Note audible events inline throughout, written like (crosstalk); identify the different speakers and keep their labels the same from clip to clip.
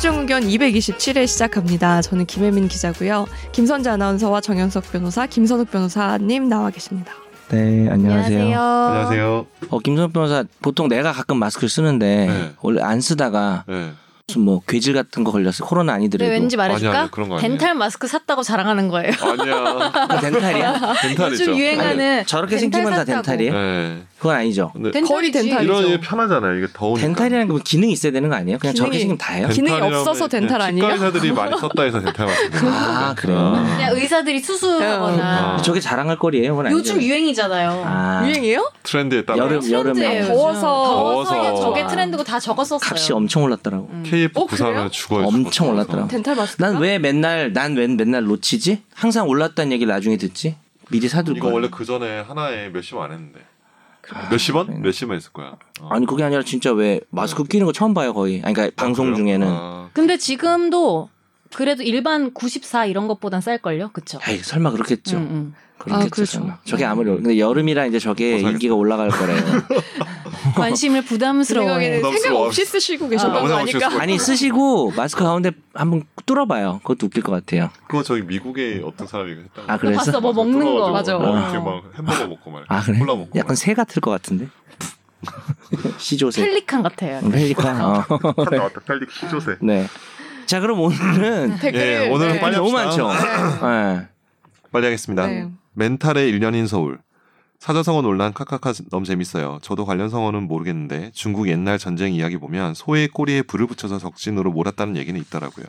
Speaker 1: 사연 227회 시작합니다. 저는 김혜민 기자고요. 김선재 아나운서와 정현석 변호사, 김선욱 변호사님 나와 계십니다.
Speaker 2: 네, 안녕하세요.
Speaker 3: 안녕하세요.
Speaker 2: 어, 김선욱 변호사, 보통 내가 가끔 마스크를 쓰는데,
Speaker 3: 네.
Speaker 2: 원래 안 쓰다가,
Speaker 3: 네.
Speaker 2: 무슨 뭐, 괴질 같은 거 걸렸어요. 코로나
Speaker 4: 네,
Speaker 2: 아니더라도.
Speaker 4: 왠지 말해줄까?
Speaker 3: 아니야, 아니야, 그런 거 아니에요.
Speaker 4: 덴탈 마스크 샀다고 자랑하는 거예요. (laughs)
Speaker 3: 아니야.
Speaker 2: 그거
Speaker 3: (laughs)
Speaker 2: 덴탈이야?
Speaker 3: 덴탈이죠.
Speaker 4: 요즘 유행하는
Speaker 2: 아니, 저렇게 생기면 다
Speaker 4: 덴탈
Speaker 2: 덴탈이에요?
Speaker 3: 네.
Speaker 2: 그건 아니죠.
Speaker 3: 근데
Speaker 4: 덴탈이지.
Speaker 1: 거의 덴탈이죠.
Speaker 3: 이런 게 편하잖아요. 이게 더우니까.
Speaker 2: 덴탈이라는 게 뭐 기능이 있어야 되는 거 아니에요? 그냥 저렇게
Speaker 1: 기능이-
Speaker 2: 생기면 다예요?
Speaker 1: 덴- 기능이
Speaker 3: 덴탈이라면
Speaker 1: 없어서 덴탈
Speaker 3: 그냥
Speaker 1: 아니에요?
Speaker 3: 치과 의사들이 많이 썼다 해서 덴탈 맞습니다.
Speaker 2: 아, (laughs) 그래요?
Speaker 4: 그냥 의사들이 수술하거나
Speaker 3: 아.
Speaker 2: 저게 자랑할 거리예요? 그건 아니죠.
Speaker 4: 요즘 유행이잖아요.
Speaker 2: 아,
Speaker 1: 유행이에요?
Speaker 3: 트렌드에 따라
Speaker 2: 여름-
Speaker 4: 트렌드예요,
Speaker 2: 여름에. 어,
Speaker 4: 요즘. 음.
Speaker 1: 더워서.
Speaker 4: 더워서 그냥
Speaker 3: 더워서.
Speaker 4: 저게 트렌드고 다 적었었어요.
Speaker 2: 값이 엄청 올랐더라고.
Speaker 3: KF
Speaker 1: 어, 그래요?
Speaker 3: 부산을 죽어요.
Speaker 2: 엄청
Speaker 3: 아.
Speaker 2: 올랐더라고.
Speaker 1: 덴탈 마스크?
Speaker 2: 난 왜 맨날, 난 왜 맨날 놓치지? 항상 올랐다는 얘기를 나중에 듣지? 미리 사둘
Speaker 3: 이거
Speaker 2: 거야.
Speaker 3: 원래 그 전에 하나에 몇십 원 안 했는데. 몇십 원? 몇십 원 했을 거야. 어.
Speaker 2: 네. 아니 그게 아니라 진짜 왜 마스크 끼는 거 처음 봐요 거의. 아니, 그러니까 방송
Speaker 3: 그래요?
Speaker 2: 중에는.
Speaker 3: 아,
Speaker 4: 근데 지금도 그래도 일반 94 이런 것보단 쌀걸요? 그쵸? 음,
Speaker 2: 에이 설마 그렇겠죠.
Speaker 4: 응, 응.
Speaker 2: 그렇겠죠.
Speaker 1: 아, 그렇죠.
Speaker 2: 설마. 저게 아무리 근데 여름이라 이제 저게
Speaker 3: 못하겠다.
Speaker 2: 인기가 올라갈
Speaker 3: (laughs)
Speaker 2: 거래요.
Speaker 4: 음. 관심을 부담스러워해.
Speaker 1: 생각에는 생각
Speaker 3: 부담스러워.
Speaker 1: 없이 쓰시고
Speaker 4: 아,
Speaker 1: 계셨던
Speaker 3: 너무
Speaker 1: 거
Speaker 3: 생각 없이
Speaker 1: 아닐까?
Speaker 3: 쓰고
Speaker 2: 아니 쓰시고 마스크 가운데 한번 뚫어봐요. 그것도 웃길 것 같아요.
Speaker 3: 그거 저기 미국의 어떤 사람이 했던 거.
Speaker 2: 아 그래서
Speaker 4: 봤어, 뭐 먹는 거.
Speaker 1: 맞아.
Speaker 3: 이렇게 막 햄버거 먹고 말.
Speaker 2: 아 그래.
Speaker 3: 콜라 먹고.
Speaker 2: 약간 새 같을 것
Speaker 3: (laughs)
Speaker 2: 같은데. 시조새.
Speaker 4: 펠리칸
Speaker 2: 음.
Speaker 4: 같아요.
Speaker 2: 헬리카. 어.
Speaker 3: 다 왔다. 펠릭 시조세.
Speaker 2: 네. 자 그럼 오늘은
Speaker 1: 댓글
Speaker 3: 예, 오늘은
Speaker 1: 네.
Speaker 3: 빨리
Speaker 2: 너무
Speaker 3: 합시다.
Speaker 2: 많죠. 네.
Speaker 3: 빨리 하겠습니다.
Speaker 1: 네.
Speaker 3: 멘탈의 1년인 서울. 사자성어 논란 카카카 너무 재밌어요. 저도 관련 성어는 모르겠는데 중국 옛날 전쟁 이야기 보면 소의 꼬리에 불을 붙여서 적진으로 몰았다는 얘기는 있더라고요.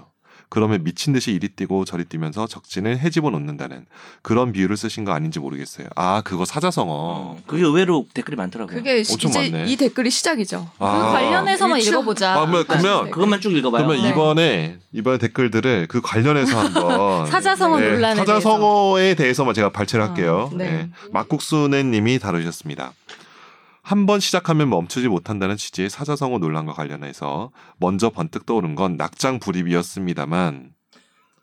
Speaker 3: 그러면 미친 듯이 이리 뛰고 저리 뛰면서 적진을 헤집어 놓는다는 그런 비유를 쓰신 거 아닌지 모르겠어요. 아 그거 사자성어.
Speaker 4: 음.
Speaker 2: 그게 의외로 댓글이 많더라고요.
Speaker 1: 그게 시-
Speaker 3: 엄청
Speaker 1: 이제
Speaker 3: 많네.
Speaker 1: 이 댓글이 시작이죠.
Speaker 4: 그
Speaker 3: 아.
Speaker 4: 관련해서만
Speaker 1: 유치원-
Speaker 4: 읽어보자.
Speaker 3: 아, 뭐, 그러면
Speaker 2: 그것만 쭉 읽어봐요.
Speaker 3: 그러면
Speaker 1: 네.
Speaker 3: 이번에 이번 댓글들을 그 관련해서 한번
Speaker 4: (laughs) 사자성어
Speaker 3: 네,
Speaker 4: 논란에
Speaker 3: 사자성어에 대해서만 제가 발췌를
Speaker 4: 어,
Speaker 3: 할게요.
Speaker 1: 네.
Speaker 3: 네. 막국수네님이 다루셨습니다. 한 번 시작하면 멈추지 못한다는 취지의 사자성어 논란과 관련해서 먼저 번뜩 떠오른 건 낙장불입이었습니다만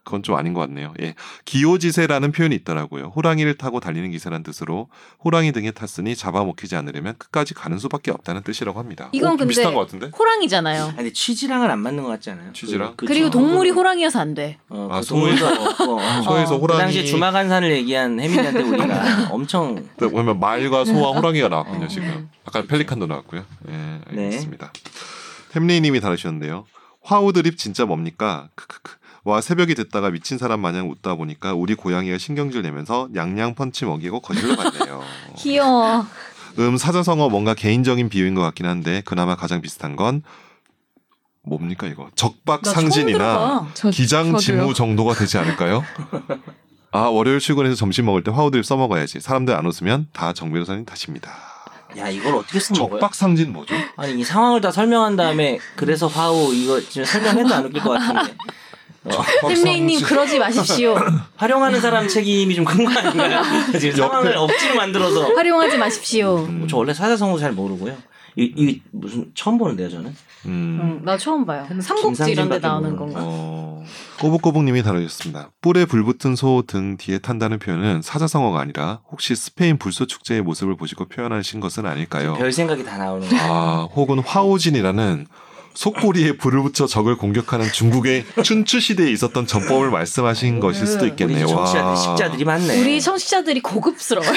Speaker 3: 그건 좀 아닌 것 같네요. 예. 기호지세라는 표현이 있더라고요. 호랑이를 타고 달리는 기세란 뜻으로 호랑이 등에 탔으니 잡아먹히지 않으려면 끝까지 가는 수밖에 없다는 뜻이라고 합니다.
Speaker 4: 이건
Speaker 3: 어, 좀
Speaker 4: 근데-
Speaker 3: 비슷한 것 같은데?
Speaker 4: 호랑이잖아요.
Speaker 2: 아니, 근데 취지랑은 안 맞는 것 같지 않아요?
Speaker 3: 취지랑?
Speaker 2: 그,
Speaker 4: 그리고 동물이 호랑이여서 안 돼.
Speaker 2: 어,
Speaker 3: 아,
Speaker 2: 그 동물도 없고.
Speaker 3: (laughs) 소에서
Speaker 4: 어,
Speaker 2: 그
Speaker 3: 호랑이 네.
Speaker 2: 당시에 주마간산을 얘기한 혜민이한테
Speaker 3: (laughs)
Speaker 2: 우리가 엄청
Speaker 3: 그러면 말과
Speaker 4: (laughs)
Speaker 3: 소와 호랑이가 나왔군요
Speaker 2: 어.
Speaker 4: 네.
Speaker 3: 지금. 아까 펠리칸도 나왔고요. 예,
Speaker 2: 네.
Speaker 3: 알겠습니다. 햄리님이 다루셨는데요. 화우드립 진짜 뭡니까? 크크크. 와 새벽이 됐다가 미친 사람 마냥 웃다 보니까 우리 고양이가 신경질 내면서 냥냥 펀치 먹이고
Speaker 4: (laughs)
Speaker 3: 거실로 갔네요.
Speaker 4: 귀여워.
Speaker 3: 음 사자성어 뭔가 개인적인 비유인 것 같긴 한데 그나마 가장 비슷한 건 뭡니까 이거
Speaker 4: 나 처음
Speaker 3: 적박상진이나
Speaker 4: 들어봐.
Speaker 1: 저-
Speaker 3: 기장
Speaker 1: 저도요.
Speaker 3: 지무 정도가
Speaker 1: (laughs)
Speaker 3: 되지 않을까요? 아 월요일 출근해서 점심 먹을 때 화우드립 써먹어야지. 사람들 안 웃으면 다 정 변호사님 탓입니다.
Speaker 2: 야 이걸 어떻게 써먹어요?
Speaker 3: 적박상진 뭐죠?
Speaker 2: 아니 이 상황을 다 설명한 다음에 그래서 화우 이거 지금 설명해도 안 웃길 것 같은데
Speaker 4: 어, 예. 템레이님
Speaker 2: (laughs)
Speaker 4: 그러지 마십시오.
Speaker 2: 활용하는 사람 책임이 좀 큰 거 아닌가요? (laughs) 지금 상황을
Speaker 3: 옆에-
Speaker 2: 억지로 만들어서
Speaker 4: 활용하지 마십시오.
Speaker 3: 음,
Speaker 2: 저 원래 사자성어 잘 모르고요. 이, 이 무슨 처음 보는데요 저는
Speaker 3: 음.
Speaker 4: 응, 나 처음 봐요. 삼국지
Speaker 2: 김상진
Speaker 4: 이런 데
Speaker 2: 밖에
Speaker 4: 나오는
Speaker 2: 모르는
Speaker 4: 건가?
Speaker 3: 어. 꼬북꼬북님이 다루셨습니다. 뿔에 불붙은 소 등 뒤에 탄다는 표현은 사자성어가 아니라 혹시 스페인 불소 축제의 모습을 보시고 표현하신 것은 아닐까요?
Speaker 2: 별 생각이 다 나오는 거.
Speaker 3: 아, 혹은 화오진이라는 속꼬리에 불을 붙여 적을 공격하는 중국의 춘추 시대에 있었던 전법을 말씀하신 것일
Speaker 2: 음,
Speaker 3: 수도
Speaker 2: 우리
Speaker 3: 있겠네요.
Speaker 2: 정치자들 식자들이 많네.
Speaker 4: 우리 청취자들이 고급스러워요.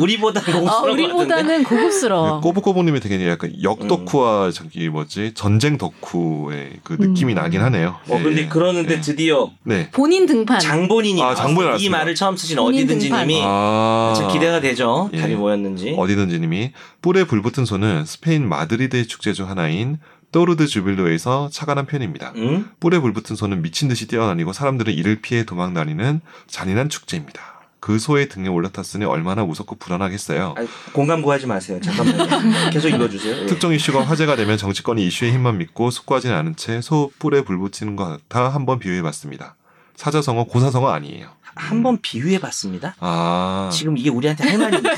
Speaker 2: 우리보다 (laughs) 고급스러운
Speaker 4: 아,
Speaker 2: 것 같은데. 네,
Speaker 4: 우리보다는
Speaker 2: 어.
Speaker 4: 고급스러워.
Speaker 3: 네, 꼬북꼬북님이 되게 약간
Speaker 2: 음.
Speaker 3: 역덕후와 저기 뭐지 전쟁 덕후의 그
Speaker 1: 음.
Speaker 3: 느낌이 나긴 하네요.
Speaker 2: 어 근데
Speaker 3: 예,
Speaker 2: 그러는데
Speaker 3: 예.
Speaker 2: 드디어
Speaker 3: 네.
Speaker 4: 본인 등판.
Speaker 2: 장본인이
Speaker 3: 아, 장본인
Speaker 2: 나왔어요. 이
Speaker 3: 알았습니다.
Speaker 2: 말을 처음 쓰신
Speaker 4: 본인
Speaker 2: 어디든지님이
Speaker 3: 아.
Speaker 2: 참 기대가 되죠.
Speaker 3: 예.
Speaker 2: 답이 뭐였는지.
Speaker 3: 어디든지 님이 뿔에 불붙은 소는 스페인 마드리드의 축제 중 하나인 또르드 주빌로에서 착안한 편입니다.
Speaker 2: 응?
Speaker 3: 뿔에 불붙은 소는 미친 듯이 뛰어다니고 사람들은 이를 피해 도망다니는 잔인한 축제입니다. 그 소의 등에 올라탔으니 얼마나 무섭고 불안하겠어요.
Speaker 2: 아니, 공감 구하지 마세요.
Speaker 4: (laughs)
Speaker 2: 잠깐만요. 계속 읽어주세요. 예.
Speaker 3: 특정 이슈가 화제가 되면 정치권이 이슈의 힘만 믿고 숙고하지는 않은 채 소 뿔에 불붙이는 것 같아 한번 비유해봤습니다. 사자성어 고사성어 아니에요.
Speaker 2: 한번 비유해봤습니다.
Speaker 3: 아
Speaker 2: 지금 이게 우리한테 할
Speaker 4: (laughs)
Speaker 2: 말입니다.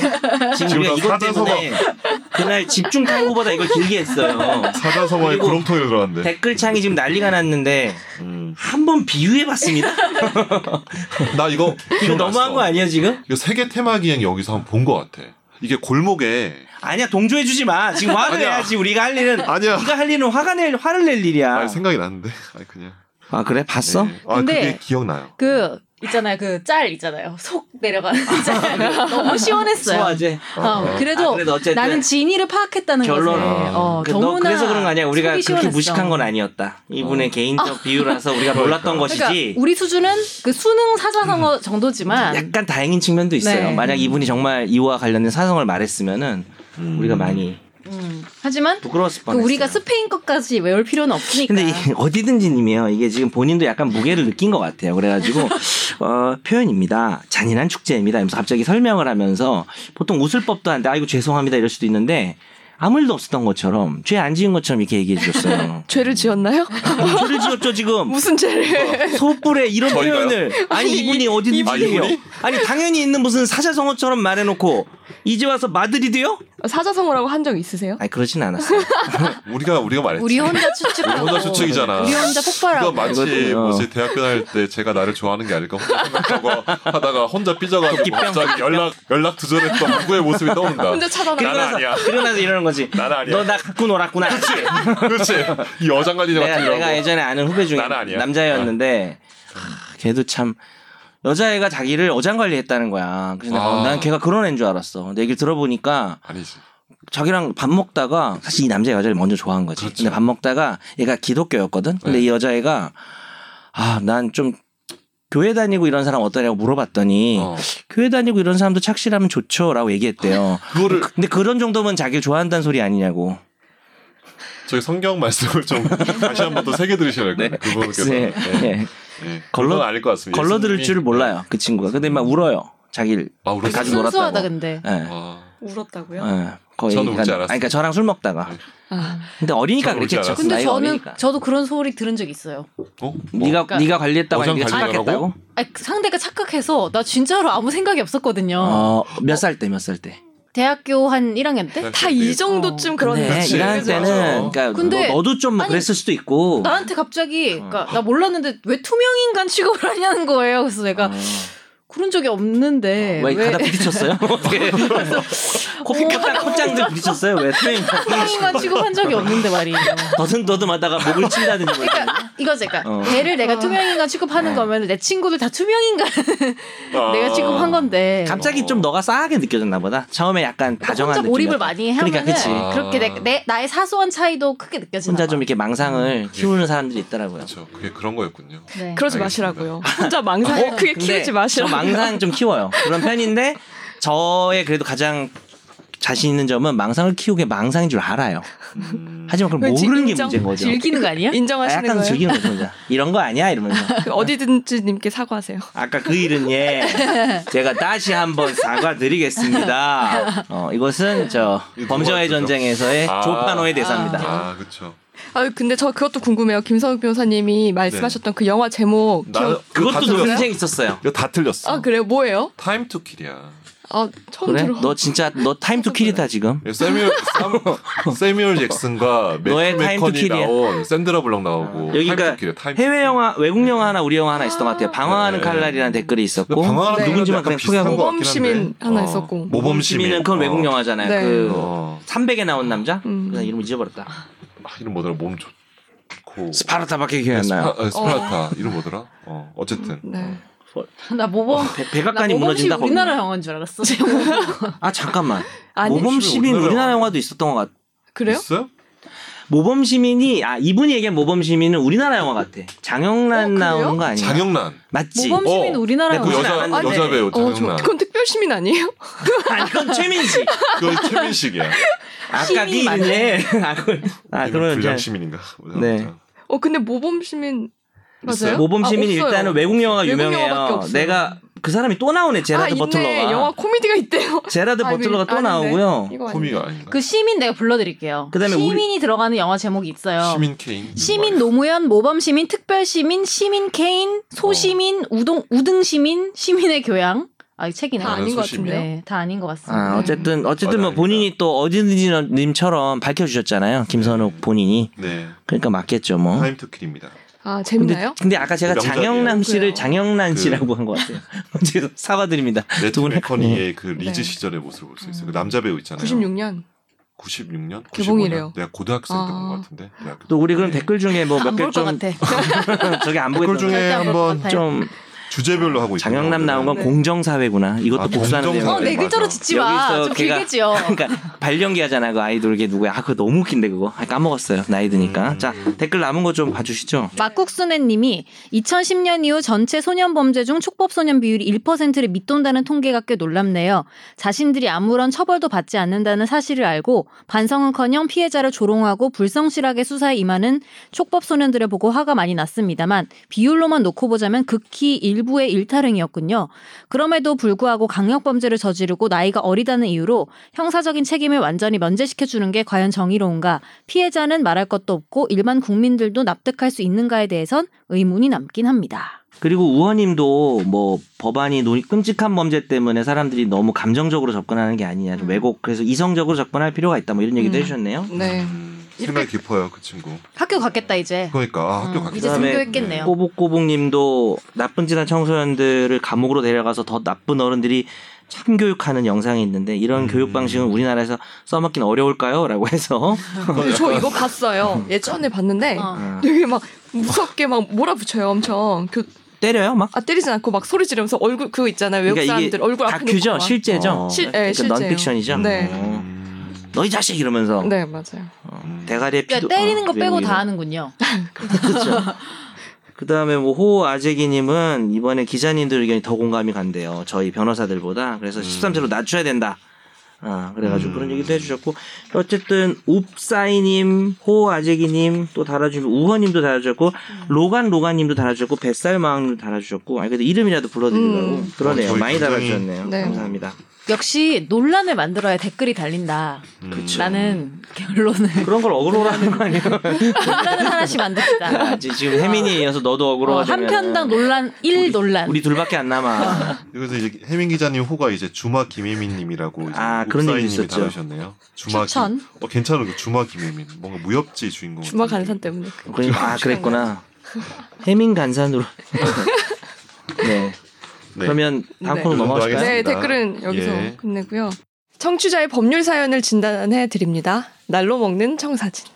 Speaker 2: 지금
Speaker 3: 지금
Speaker 2: 우리가
Speaker 3: 나
Speaker 2: 이것
Speaker 3: 사자성어.
Speaker 2: 때문에 그날 집중 탐구보다 이걸 길게
Speaker 3: (laughs)
Speaker 2: 했어요.
Speaker 3: 사자성어의
Speaker 2: 그리고
Speaker 3: 구렁텅이로 들어갔는데.
Speaker 2: 댓글창이 지금 난리가 났는데
Speaker 3: 음.
Speaker 2: 한번
Speaker 3: (laughs)
Speaker 2: 비유해봤습니다.
Speaker 3: 나 이거
Speaker 2: 이거 너무한 거 아니야 지금?
Speaker 3: 이거 세계 테마 기행 여기서 한 번 본 것 같아. 이게 골목에
Speaker 2: 아니야 동조해주지 마. 지금 화를
Speaker 3: 아니야.
Speaker 2: 내야지 우리가 할 일은
Speaker 3: 아니야.
Speaker 2: 네가 할 일은 화가 낼 화를 낼 일이야.
Speaker 3: 아니, 생각이 났는데. 아니 그냥
Speaker 2: 아 그래 봤어?
Speaker 3: 네. 아,
Speaker 4: 근데-
Speaker 3: 그게 기억나요.
Speaker 4: 그 있잖아요 그 짤 있잖아요 속 내려가는 짤 (laughs) 너무 시원했어요.
Speaker 2: 소화제.
Speaker 4: 어,
Speaker 3: 어.
Speaker 4: 그래도
Speaker 2: 아, 그래도 네. 어쨌든
Speaker 4: 나는 진위를 파악했다는
Speaker 2: 결론.
Speaker 4: 것에 네. 어,
Speaker 2: 그, 너,
Speaker 4: 너무나
Speaker 2: 그래서 그런 거 아니야. 우리가
Speaker 4: 속이
Speaker 2: 그렇게
Speaker 4: 시원했어.
Speaker 2: 무식한 건 아니었다. 이분의
Speaker 3: 어.
Speaker 2: 개인적 비유라서 우리가 몰랐던
Speaker 4: 그러니까
Speaker 2: 것이지. 음.
Speaker 4: 우리 수준은 그 수능 사자성어 정도지만
Speaker 2: 약간 다행인 측면도 있어요.
Speaker 4: 네.
Speaker 2: 만약 이분이 정말 이와 관련된 사성을 말했으면은
Speaker 3: 음.
Speaker 2: 우리가 많이
Speaker 4: 음, 하지만
Speaker 2: 부끄러웠을
Speaker 4: 그
Speaker 2: 뻔했어요.
Speaker 4: 우리가 스페인 것까지 외울 필요는 없으니까.
Speaker 2: 근데 이- (laughs) 어디든지님이요. 이게 지금 본인도 약간 무게를 느낀 것 같아요.
Speaker 4: (laughs)
Speaker 2: 그래가지고 어, 표현입니다. 잔인한 축제입니다. 이러면서 갑자기 설명을 하면서 보통 웃을 법도 한데 아이고 죄송합니다 이럴 수도 있는데 아무 일도 없었던 것처럼 죄 안 지은 것처럼 이렇게 얘기해
Speaker 4: (laughs)
Speaker 2: 주셨어요.
Speaker 1: 죄를 지었나요? (laughs)
Speaker 2: 죄를 지었죠 지금.
Speaker 1: 무슨 죄를?
Speaker 2: 소불에 이런
Speaker 3: 저희가요?
Speaker 2: 표현을 아니
Speaker 1: 아니,
Speaker 2: 이분이
Speaker 1: 이-
Speaker 2: 어디
Speaker 3: 이분이-
Speaker 2: 분이에요?
Speaker 3: 아, 이분이?
Speaker 2: 아니 당연히 있는 무슨 사자성어처럼 말해놓고 이제 와서 마드리드요?
Speaker 3: 뭐.
Speaker 1: 사자성어라고 한 적 있으세요?
Speaker 2: 아니 그러진 않았어요.
Speaker 3: 우리가 우리가 말했지.
Speaker 4: 우리 혼자 추측하고
Speaker 3: 혼자 추측이잖아.
Speaker 4: 우리 혼자
Speaker 3: 그거
Speaker 4: 폭발하고
Speaker 3: 마치
Speaker 2: 그거든요.
Speaker 3: 뭐지 대학교 다닐 때 제가 나를 좋아하는 게 아닐까 혼자 생각하고 하다가 혼자
Speaker 2: 그
Speaker 3: 삐져가지고 갑자기 연락 연락 두절했던 누구의 모습이 떠온다.
Speaker 1: 혼자 차단하고
Speaker 3: 나는
Speaker 2: 그러면서
Speaker 3: 아니야.
Speaker 2: 그러면서 이러는 거지.
Speaker 3: 나는 아니야.
Speaker 2: 너 나 갖고 놀았구나.
Speaker 3: 그렇지. 이 여장관리자
Speaker 2: 내가,
Speaker 3: 같은 이런
Speaker 2: 내가
Speaker 3: 거.
Speaker 2: 예전에 아는 후배 중에
Speaker 3: 나는 아니야.
Speaker 2: 남자였는데 하, 걔도 참 여자애가 자기를 어장 관리했다는 거야. 그래서 내가
Speaker 3: 아.
Speaker 2: 난 걔가 그런 애인 줄 알았어. 근데 얘기를 들어보니까
Speaker 3: 아니지.
Speaker 2: 자기랑 밥 먹다가 사실 이 남자 여자를 먼저 좋아한 거지.
Speaker 3: 그렇죠.
Speaker 2: 근데 밥 먹다가 얘가 기독교였거든. 근데
Speaker 3: 네.
Speaker 2: 이 여자애가 아 난 좀 교회 다니고 이런 사람 어떠냐고 물어봤더니
Speaker 3: 어.
Speaker 2: 교회 다니고 이런 사람도 착실하면 좋죠라고 얘기했대요.
Speaker 3: 그거를
Speaker 2: 근데 그런 정도면 자기를 좋아한다는 소리 아니냐고.
Speaker 3: 저희 성경 말씀을 좀 다시 한 번 더 세게 들으셔야 될 것 같아요. 그분께서.
Speaker 2: 네.
Speaker 3: 네.
Speaker 2: 예.
Speaker 3: 네.
Speaker 2: 걸러-
Speaker 3: 걸러 아닐 것 같습니다.
Speaker 2: 걸러 들을
Speaker 3: 예수님이- 네.
Speaker 2: 줄을 몰라요 그 친구가. 근데 막 울어요. 자기를.
Speaker 3: 아, 우리
Speaker 2: 같이 놀았다고.
Speaker 4: 순수하다 근데.
Speaker 2: 예.
Speaker 3: 아,
Speaker 1: 울었다고요?
Speaker 2: 예. 거의.
Speaker 3: 저는
Speaker 2: 그러니까-
Speaker 3: 울지 않았어요.
Speaker 2: 아니, 그러니까 저랑 술 먹다가.
Speaker 3: 네.
Speaker 1: 아,
Speaker 2: 근데 어리니까
Speaker 3: 저는 울지
Speaker 2: 그랬겠죠.
Speaker 3: 않았어요.
Speaker 4: 근데
Speaker 2: 나이가
Speaker 4: 저는
Speaker 2: 어리니까.
Speaker 4: 저도 그런 소리 들은 적 있어요.
Speaker 3: 어? 뭐?
Speaker 2: 네가
Speaker 4: 그러니까-
Speaker 2: 네가 관리했다고
Speaker 3: 어장
Speaker 2: 하니까
Speaker 3: 관리하라고?
Speaker 2: 착각했다고?
Speaker 4: 아, 상대가 착각해서 나 진짜로 아무 생각이 없었거든요.
Speaker 2: 어몇 살 때 몇 살 때?
Speaker 4: 대학교 한 1학년
Speaker 3: 네,
Speaker 4: 때
Speaker 1: 네, 다 이 정도쯤 그런
Speaker 2: 네,
Speaker 3: 그치.
Speaker 2: 일할
Speaker 3: 그래서.
Speaker 2: 때는 그러니까
Speaker 4: 근데-
Speaker 2: 너, 도좀
Speaker 4: 아니, 아,
Speaker 2: 그랬을 수도 있고.
Speaker 4: 나한테 갑자기
Speaker 2: 아.
Speaker 4: 그러니까 나 몰랐는데 왜 투명 인간 취급을 하냐는 거예요. 그래서 내가
Speaker 2: 어,
Speaker 4: 그런 적이 없는데
Speaker 2: 아, 왜 가다
Speaker 4: (laughs)
Speaker 2: 부딪혔어요? 어떻게?
Speaker 4: 뭐
Speaker 2: 코피코장 콧장들 부딪혔어요? 왜 트레인
Speaker 4: 투명 인간 취급한 적이 없는데 말이에요.
Speaker 2: 더듬더듬하다가 목을 친다든지 뭐 이런.
Speaker 4: 그러니까 이거지, 그러니까
Speaker 2: 어.
Speaker 4: 걔를 내가 투명 인간 취급하는
Speaker 2: 어.
Speaker 4: 거면 내 친구들 다 투명 인간 (laughs) 내가 취급한 건데
Speaker 2: 갑자기 좀 너가 싸하게 느껴졌나 보다. 처음에 약간 다정한
Speaker 4: 혼자
Speaker 2: 느낌.
Speaker 4: 몰입을 많이 하면은
Speaker 2: 그러니까 그치.
Speaker 3: 아.
Speaker 4: 그렇게 내, 내- 나의 사소한 차이도 크게 느껴지나
Speaker 2: 혼자
Speaker 4: 봐.
Speaker 2: 좀 이렇게
Speaker 3: 음.
Speaker 2: 망상을 키우는 사람들이 있더라고요.
Speaker 3: 그렇죠. 그게 그런 거였군요.
Speaker 4: 네.
Speaker 1: 그러지 마시라고요. 혼자 망상 을 크게
Speaker 2: 아, 근데
Speaker 1: 키우지
Speaker 2: 저
Speaker 1: 마시라고.
Speaker 2: 망상 좀 키워요. 그런 편인데 저의 그래도 가장 자신 있는 점은 망상을 키우게 망상인 줄 알아요.
Speaker 3: 음.
Speaker 2: 하지만 그걸
Speaker 1: 왠지
Speaker 2: 모르는 게
Speaker 1: 인정-
Speaker 2: 문제인 거죠.
Speaker 4: 즐기는 거 아니야?
Speaker 2: 아,
Speaker 1: 인정하시는
Speaker 2: 약간
Speaker 1: 거예요?
Speaker 2: 즐기는 거죠. 혼자. 이런 거 아니야 이러면서.
Speaker 1: 그 어디든지 님께 사과하세요.
Speaker 2: 아까 그 일은
Speaker 1: (laughs)
Speaker 2: 예 제가 다시 한번 사과드리겠습니다. 어, 이것은 저
Speaker 3: 이거
Speaker 2: 범죄와의
Speaker 3: 뭐가
Speaker 2: 전쟁에서의
Speaker 3: 아.
Speaker 2: 조판호의 대사입니다.
Speaker 3: 아, 그렇죠.
Speaker 1: 아 근데 저 그것도 궁금해요. 김선욱 변호사님이 말씀하셨던 그 영화 제목
Speaker 3: 네. 나는
Speaker 1: 기억...
Speaker 2: 그것도
Speaker 3: 틀렸어.
Speaker 2: 논쟁 있었어요.
Speaker 3: 이거 다 틀렸어.
Speaker 1: 아 그래요? 뭐예요?
Speaker 3: 타임 투 킬이야.
Speaker 1: 아 처음
Speaker 2: 그래?
Speaker 1: 들어.
Speaker 2: 너 진짜 너 타임 투 킬이다 지금.
Speaker 3: 세미얼 삼- 세미얼 잭슨과
Speaker 2: 너의
Speaker 3: 매튜
Speaker 2: 타임 투
Speaker 3: 맥컨이
Speaker 2: 킬이야.
Speaker 3: 나온 샌드라 블럭 나오고
Speaker 2: 여기 그러니까
Speaker 3: 타임 투 킬이야. 타임 투
Speaker 2: 해외
Speaker 3: 킬.
Speaker 2: 영화, 외국 영화 하나, 우리 영화 하나 있었던 것 같아요. 방황하는
Speaker 3: 네.
Speaker 2: 칼날이라는 댓글이 있었고
Speaker 3: 방황하는
Speaker 1: 네.
Speaker 2: 누군지만
Speaker 3: 약간
Speaker 2: 그냥
Speaker 3: 비슷한 어.
Speaker 2: 소개하고
Speaker 3: 것 같긴
Speaker 1: 모범시민
Speaker 3: 한데.
Speaker 1: 하나
Speaker 2: 어.
Speaker 1: 있었고.
Speaker 3: 모범 시민은
Speaker 2: 시민은 그건 외국 영화잖아요.
Speaker 1: 네.
Speaker 2: 그
Speaker 3: 어.
Speaker 2: 300에 나온 남자?
Speaker 1: 음.
Speaker 2: 나 이름 잊어버렸다.
Speaker 3: 아, 이름 뭐더라? 몸 좋고.
Speaker 2: 스파르타밖에 기억이 안
Speaker 3: 스파,
Speaker 2: 나요.
Speaker 3: 아, 스파르타 이름 뭐더라? 어 어쨌든
Speaker 1: 네.
Speaker 4: (laughs) 나 모범
Speaker 2: 백-
Speaker 4: 나
Speaker 2: 백악관이
Speaker 4: 모범 씨
Speaker 2: 어, 무너진다. 거기.
Speaker 4: 우리나라 영화인 줄 알았어.
Speaker 2: 아 잠깐만.
Speaker 1: 아니
Speaker 2: 모범 시민
Speaker 3: 우리나라
Speaker 2: 우리나라
Speaker 3: 영화.
Speaker 2: 영화도 있었던 것 같아.
Speaker 1: 그래요?
Speaker 3: 있어요?
Speaker 2: 모범 시민이 아 이분이 얘기한 모범 시민은 우리나라 영화 같아.
Speaker 1: 어,
Speaker 2: 장영란
Speaker 1: 그래요?
Speaker 2: 나오는 거 아니야?
Speaker 3: 장영란
Speaker 2: 맞지?
Speaker 4: 모범 시민
Speaker 3: 어.
Speaker 4: 우리나라
Speaker 2: 네,
Speaker 3: 그
Speaker 2: 보진
Speaker 4: 영화.
Speaker 3: 여자
Speaker 2: 않았는데.
Speaker 3: 여자 배우
Speaker 1: 어, 저,
Speaker 3: 장영란
Speaker 1: 그건 특별 시민 아니에요?
Speaker 2: 아니 그건 최민식.
Speaker 3: 그건 최민식이야.
Speaker 2: 아까 그
Speaker 4: 시민 맞네.
Speaker 2: 일인데. (laughs) 아, 그- 아 그러면
Speaker 3: 불량
Speaker 2: 이제
Speaker 3: 시민인가?
Speaker 2: 네.
Speaker 1: 어 근데 모범 시민 맞아요?
Speaker 3: 있어요?
Speaker 2: 모범 시민 이
Speaker 1: 아, 없어요.
Speaker 2: 일단은 외국 영화가
Speaker 1: 외국 영화밖에
Speaker 2: 유명해요.
Speaker 1: 없어요.
Speaker 2: 내가 그 사람이 또 나오네
Speaker 1: 아
Speaker 2: 제라드
Speaker 1: 있네.
Speaker 2: 버틀러가.
Speaker 1: 영화 코미디가 있대요.
Speaker 2: 제라드
Speaker 1: 아,
Speaker 2: 버틀러가 또
Speaker 1: 아닌데.
Speaker 2: 나오고요.
Speaker 1: 이거 아니에요.
Speaker 3: 어, 코미가 아닌가?
Speaker 4: 그 시민 내가 불러드릴게요.
Speaker 2: 그다음에 우리-
Speaker 4: 시민이 들어가는 영화 제목이 있어요.
Speaker 3: 시민 케인.
Speaker 4: 시민 노무현, 모범 시민, 특별 시민, 시민 케인,
Speaker 2: 어.
Speaker 4: 소시민, 우동 우등 시민, 시민의 교양. 아, 이 책이네.
Speaker 1: 다
Speaker 3: 아,
Speaker 1: 아닌 것
Speaker 3: 소심이요?
Speaker 1: 같은데요.
Speaker 4: 네, 다 아닌 것 같습니다.
Speaker 2: 아, 어쨌든 어쨌든 뭐
Speaker 3: 맞아요.
Speaker 2: 본인이 또 어디든지님처럼 밝혀주셨잖아요. 김선욱 본인이
Speaker 3: 네.
Speaker 2: 그러니까 맞겠죠 뭐.
Speaker 3: 타임 투킬입니다.
Speaker 1: 아
Speaker 2: 근데,
Speaker 1: 재밌나요?
Speaker 2: 근데 아까 제가
Speaker 3: 명작이에요.
Speaker 2: 장영남 씨를
Speaker 1: 그래요.
Speaker 2: 장영란
Speaker 3: 그-
Speaker 2: 씨라고 한 것 같아요. (laughs) 죄송- 사과드립니다.
Speaker 3: 레드
Speaker 2: 분의-
Speaker 3: 맥커니의 그
Speaker 1: 네.
Speaker 3: 리즈 시절의 모습을 볼 수 있어요. 그 남자 배우 있잖아요.
Speaker 1: 96년.
Speaker 3: 96년?
Speaker 1: 개봉이래요.
Speaker 3: 내가 고등학생
Speaker 1: 아.
Speaker 3: 때본것 같은데. 대학교
Speaker 2: 또 우리 그럼
Speaker 3: 네.
Speaker 2: 댓글 중에 뭐 몇
Speaker 4: 안 볼
Speaker 2: 개
Speaker 4: 것
Speaker 2: 좀
Speaker 4: 같아.
Speaker 2: (laughs) 저기 안 보겠다.
Speaker 3: 댓글 중에
Speaker 4: 절대
Speaker 2: 네,
Speaker 4: 안볼것
Speaker 3: 한번
Speaker 4: 같아요.
Speaker 2: 좀
Speaker 3: 주제별로 하고 있
Speaker 2: 장영남 나온 건
Speaker 1: 네.
Speaker 2: 공정사회구나. 이것도
Speaker 3: 아,
Speaker 2: 복수하는 내용.
Speaker 3: 공정사회.
Speaker 4: 어, 네
Speaker 3: 맞아.
Speaker 4: 글자로 짓지 마.
Speaker 2: 여기서
Speaker 4: 좀
Speaker 2: 걔가-
Speaker 4: 길게 지어.
Speaker 2: 그러니까 발연기 하잖아 그 아이돌 걔 누구야? 아 그거 너무 웃긴데 그거 아, 까먹었어요 나이 드니까.
Speaker 3: 음.
Speaker 2: 자 댓글 남은 거 좀 봐주시죠.
Speaker 4: 막국수네님이 2010년 이후 전체 소년 범죄 중 촉법 소년 비율이 1%를 밑돈다는 통계가 꽤 놀랍네요. 자신들이 아무런 처벌도 받지 않는다는 사실을 알고 반성은커녕 피해자를 조롱하고 불성실하게 수사에 임하는 촉법 소년들을 보고 화가 많이 났습니다만 비율로만 놓고 보자면 극히 일부의 일타령이었군요. 그럼에도 불구하고 강력 범죄를 저지르고 나이가 어리다는 이유로 형사적인 책임을 완전히 면제시켜 주는 게 과연 정의로운가? 피해자는 말할 것도 없고 일반 국민들도 납득할 수 있는가에 대해선 의문이 남긴 합니다.
Speaker 2: 그리고 우원님도 뭐 법안이 논의, 끔찍한 범죄 때문에 사람들이 너무 감정적으로 접근하는 게 아니냐 좀
Speaker 4: 음.
Speaker 2: 왜곡 그래서 이성적으로 접근할 필요가 있다 뭐 이런 얘기도
Speaker 4: 음.
Speaker 2: 해주셨네요.
Speaker 3: (laughs)
Speaker 1: 네.
Speaker 3: 생각이 깊어요 그 친구.
Speaker 4: 학교 갔겠다 이제.
Speaker 3: 그러니까 아, 학교
Speaker 4: 음,
Speaker 3: 가기
Speaker 4: 이제
Speaker 2: 그다음에
Speaker 4: 등교했겠네요.
Speaker 2: 꼬북꼬북님도 나쁜 짓한 청소년들을 감옥으로 데려가서 더 나쁜 어른들이 참교육하는 영상이 있는데 이런
Speaker 3: 음.
Speaker 2: 교육 방식은 우리나라에서 써먹긴 어려울까요? 라고
Speaker 4: (laughs)
Speaker 2: 해서
Speaker 1: 근데 저 이거 봤어요. 예전에 봤는데
Speaker 4: 어.
Speaker 2: 아.
Speaker 1: 되게 막 무섭게 막 몰아붙여요. 엄청 그,
Speaker 2: 때려요 막
Speaker 1: 아 때리진 않고 막 소리 지르면서 얼굴 그거 있잖아요. 외국
Speaker 2: 그러니까 이게
Speaker 1: 사람들 얼굴 앞에
Speaker 2: 다큐죠?
Speaker 1: 놓고 막.
Speaker 2: 실제죠?
Speaker 3: 어.
Speaker 1: 실- 네,
Speaker 2: 그러니까
Speaker 1: 실제예요.
Speaker 2: 넌픽션이죠?
Speaker 1: 네.
Speaker 2: 어.
Speaker 3: 음.
Speaker 2: 너희 자식 이러면서
Speaker 1: 네 맞아요.
Speaker 2: 어, 대가리에
Speaker 4: 그러니까
Speaker 2: 피도
Speaker 4: 때리는
Speaker 2: 어,
Speaker 4: 거 빼고
Speaker 2: 그리고
Speaker 4: 다
Speaker 2: 이런.
Speaker 4: 하는군요.
Speaker 2: 그렇죠. 그다음에 뭐 호호 아재기님은 이번에 기자님들 의견이 더 공감이 간대요. 저희 변호사들보다 그래서 13세로 낮춰야 된다. 아 그래가지고
Speaker 3: 음.
Speaker 2: 그런 얘기도 해주셨고 어쨌든 옵사이님, 호호 아재기님 또 달아주고 우허님도 달아주셨고 로간 로간님도 달아주셨고 뱃살마왕님도 달아주셨고 아 그래도 이름이라도 불러드리려고
Speaker 1: 음.
Speaker 2: 그러네요.
Speaker 3: 어, 저희
Speaker 2: 많이
Speaker 3: 굉장히-
Speaker 2: 달아주셨네요.
Speaker 1: 네.
Speaker 2: 감사합니다.
Speaker 4: 역시 논란을 만들어야 댓글이 달린다.
Speaker 2: 음. 그쵸.
Speaker 4: 라는 결론을
Speaker 2: (laughs) 그런 걸 억울하는 거 아니에요?
Speaker 4: 논란을 하나씩 만듭시다.
Speaker 2: 아, 지- 지금 혜민이 이어서 너도
Speaker 4: 어,
Speaker 2: 억울하다면
Speaker 4: 한 편당 논란 1 논란.
Speaker 2: 우리 둘밖에 안 남아. (laughs)
Speaker 3: 여기서 이제 혜민 기자님 호가 이제 주마 김혜민님이라고
Speaker 2: 아, 그런 얘기도
Speaker 3: 옥사이님이
Speaker 2: 있었죠.
Speaker 3: 다루셨네요. 주마
Speaker 4: 추천.
Speaker 3: 김, 어 괜찮은 거 주마 김혜민 뭔가 무협지 주인공
Speaker 1: 주마
Speaker 3: 같은
Speaker 1: 간산
Speaker 3: 느낌.
Speaker 1: 때문에.
Speaker 2: 그러니까 아 (laughs) 그랬구나. 해민 간산으로. (laughs) 네.
Speaker 3: 네.
Speaker 2: 그러면 다음
Speaker 1: 네.
Speaker 2: 코너 넘어갈까요?
Speaker 3: 알겠습니다.
Speaker 1: 네 댓글은 여기서
Speaker 3: 예.
Speaker 1: 끝내고요. 청취자의 법률 사연을 진단해 드립니다. 날로 먹는 청사진.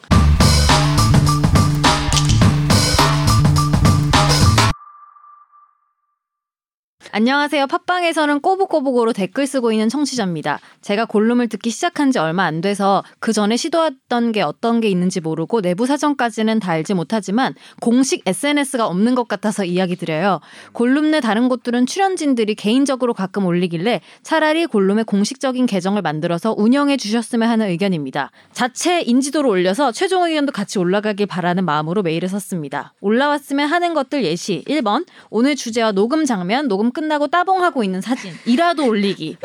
Speaker 4: 안녕하세요. 팟빵에서는 꼬북꼬북으로 댓글 쓰고 있는 청취자입니다. 제가 골룸을 듣기 시작한 지 얼마 안 돼서 그 전에 시도했던 게 어떤 게 있는지 모르고 내부 사정까지는 다 알지 못하지만 공식 SNS가 없는 것 같아서 이야기 드려요. 골룸 내 다른 곳들은 출연진들이 개인적으로 가끔 올리길래 차라리 골룸의 공식적인 계정을 만들어서 운영해 주셨으면 하는 의견입니다. 자체 인지도를 올려서 최종 의견도 같이 올라가길 바라는 마음으로 메일을 썼습니다. 올라왔으면 하는 것들 예시 1번 오늘 주제와 녹음 장면, 녹음 끝나고 따봉하고 있는 사진, 이라도 올리기.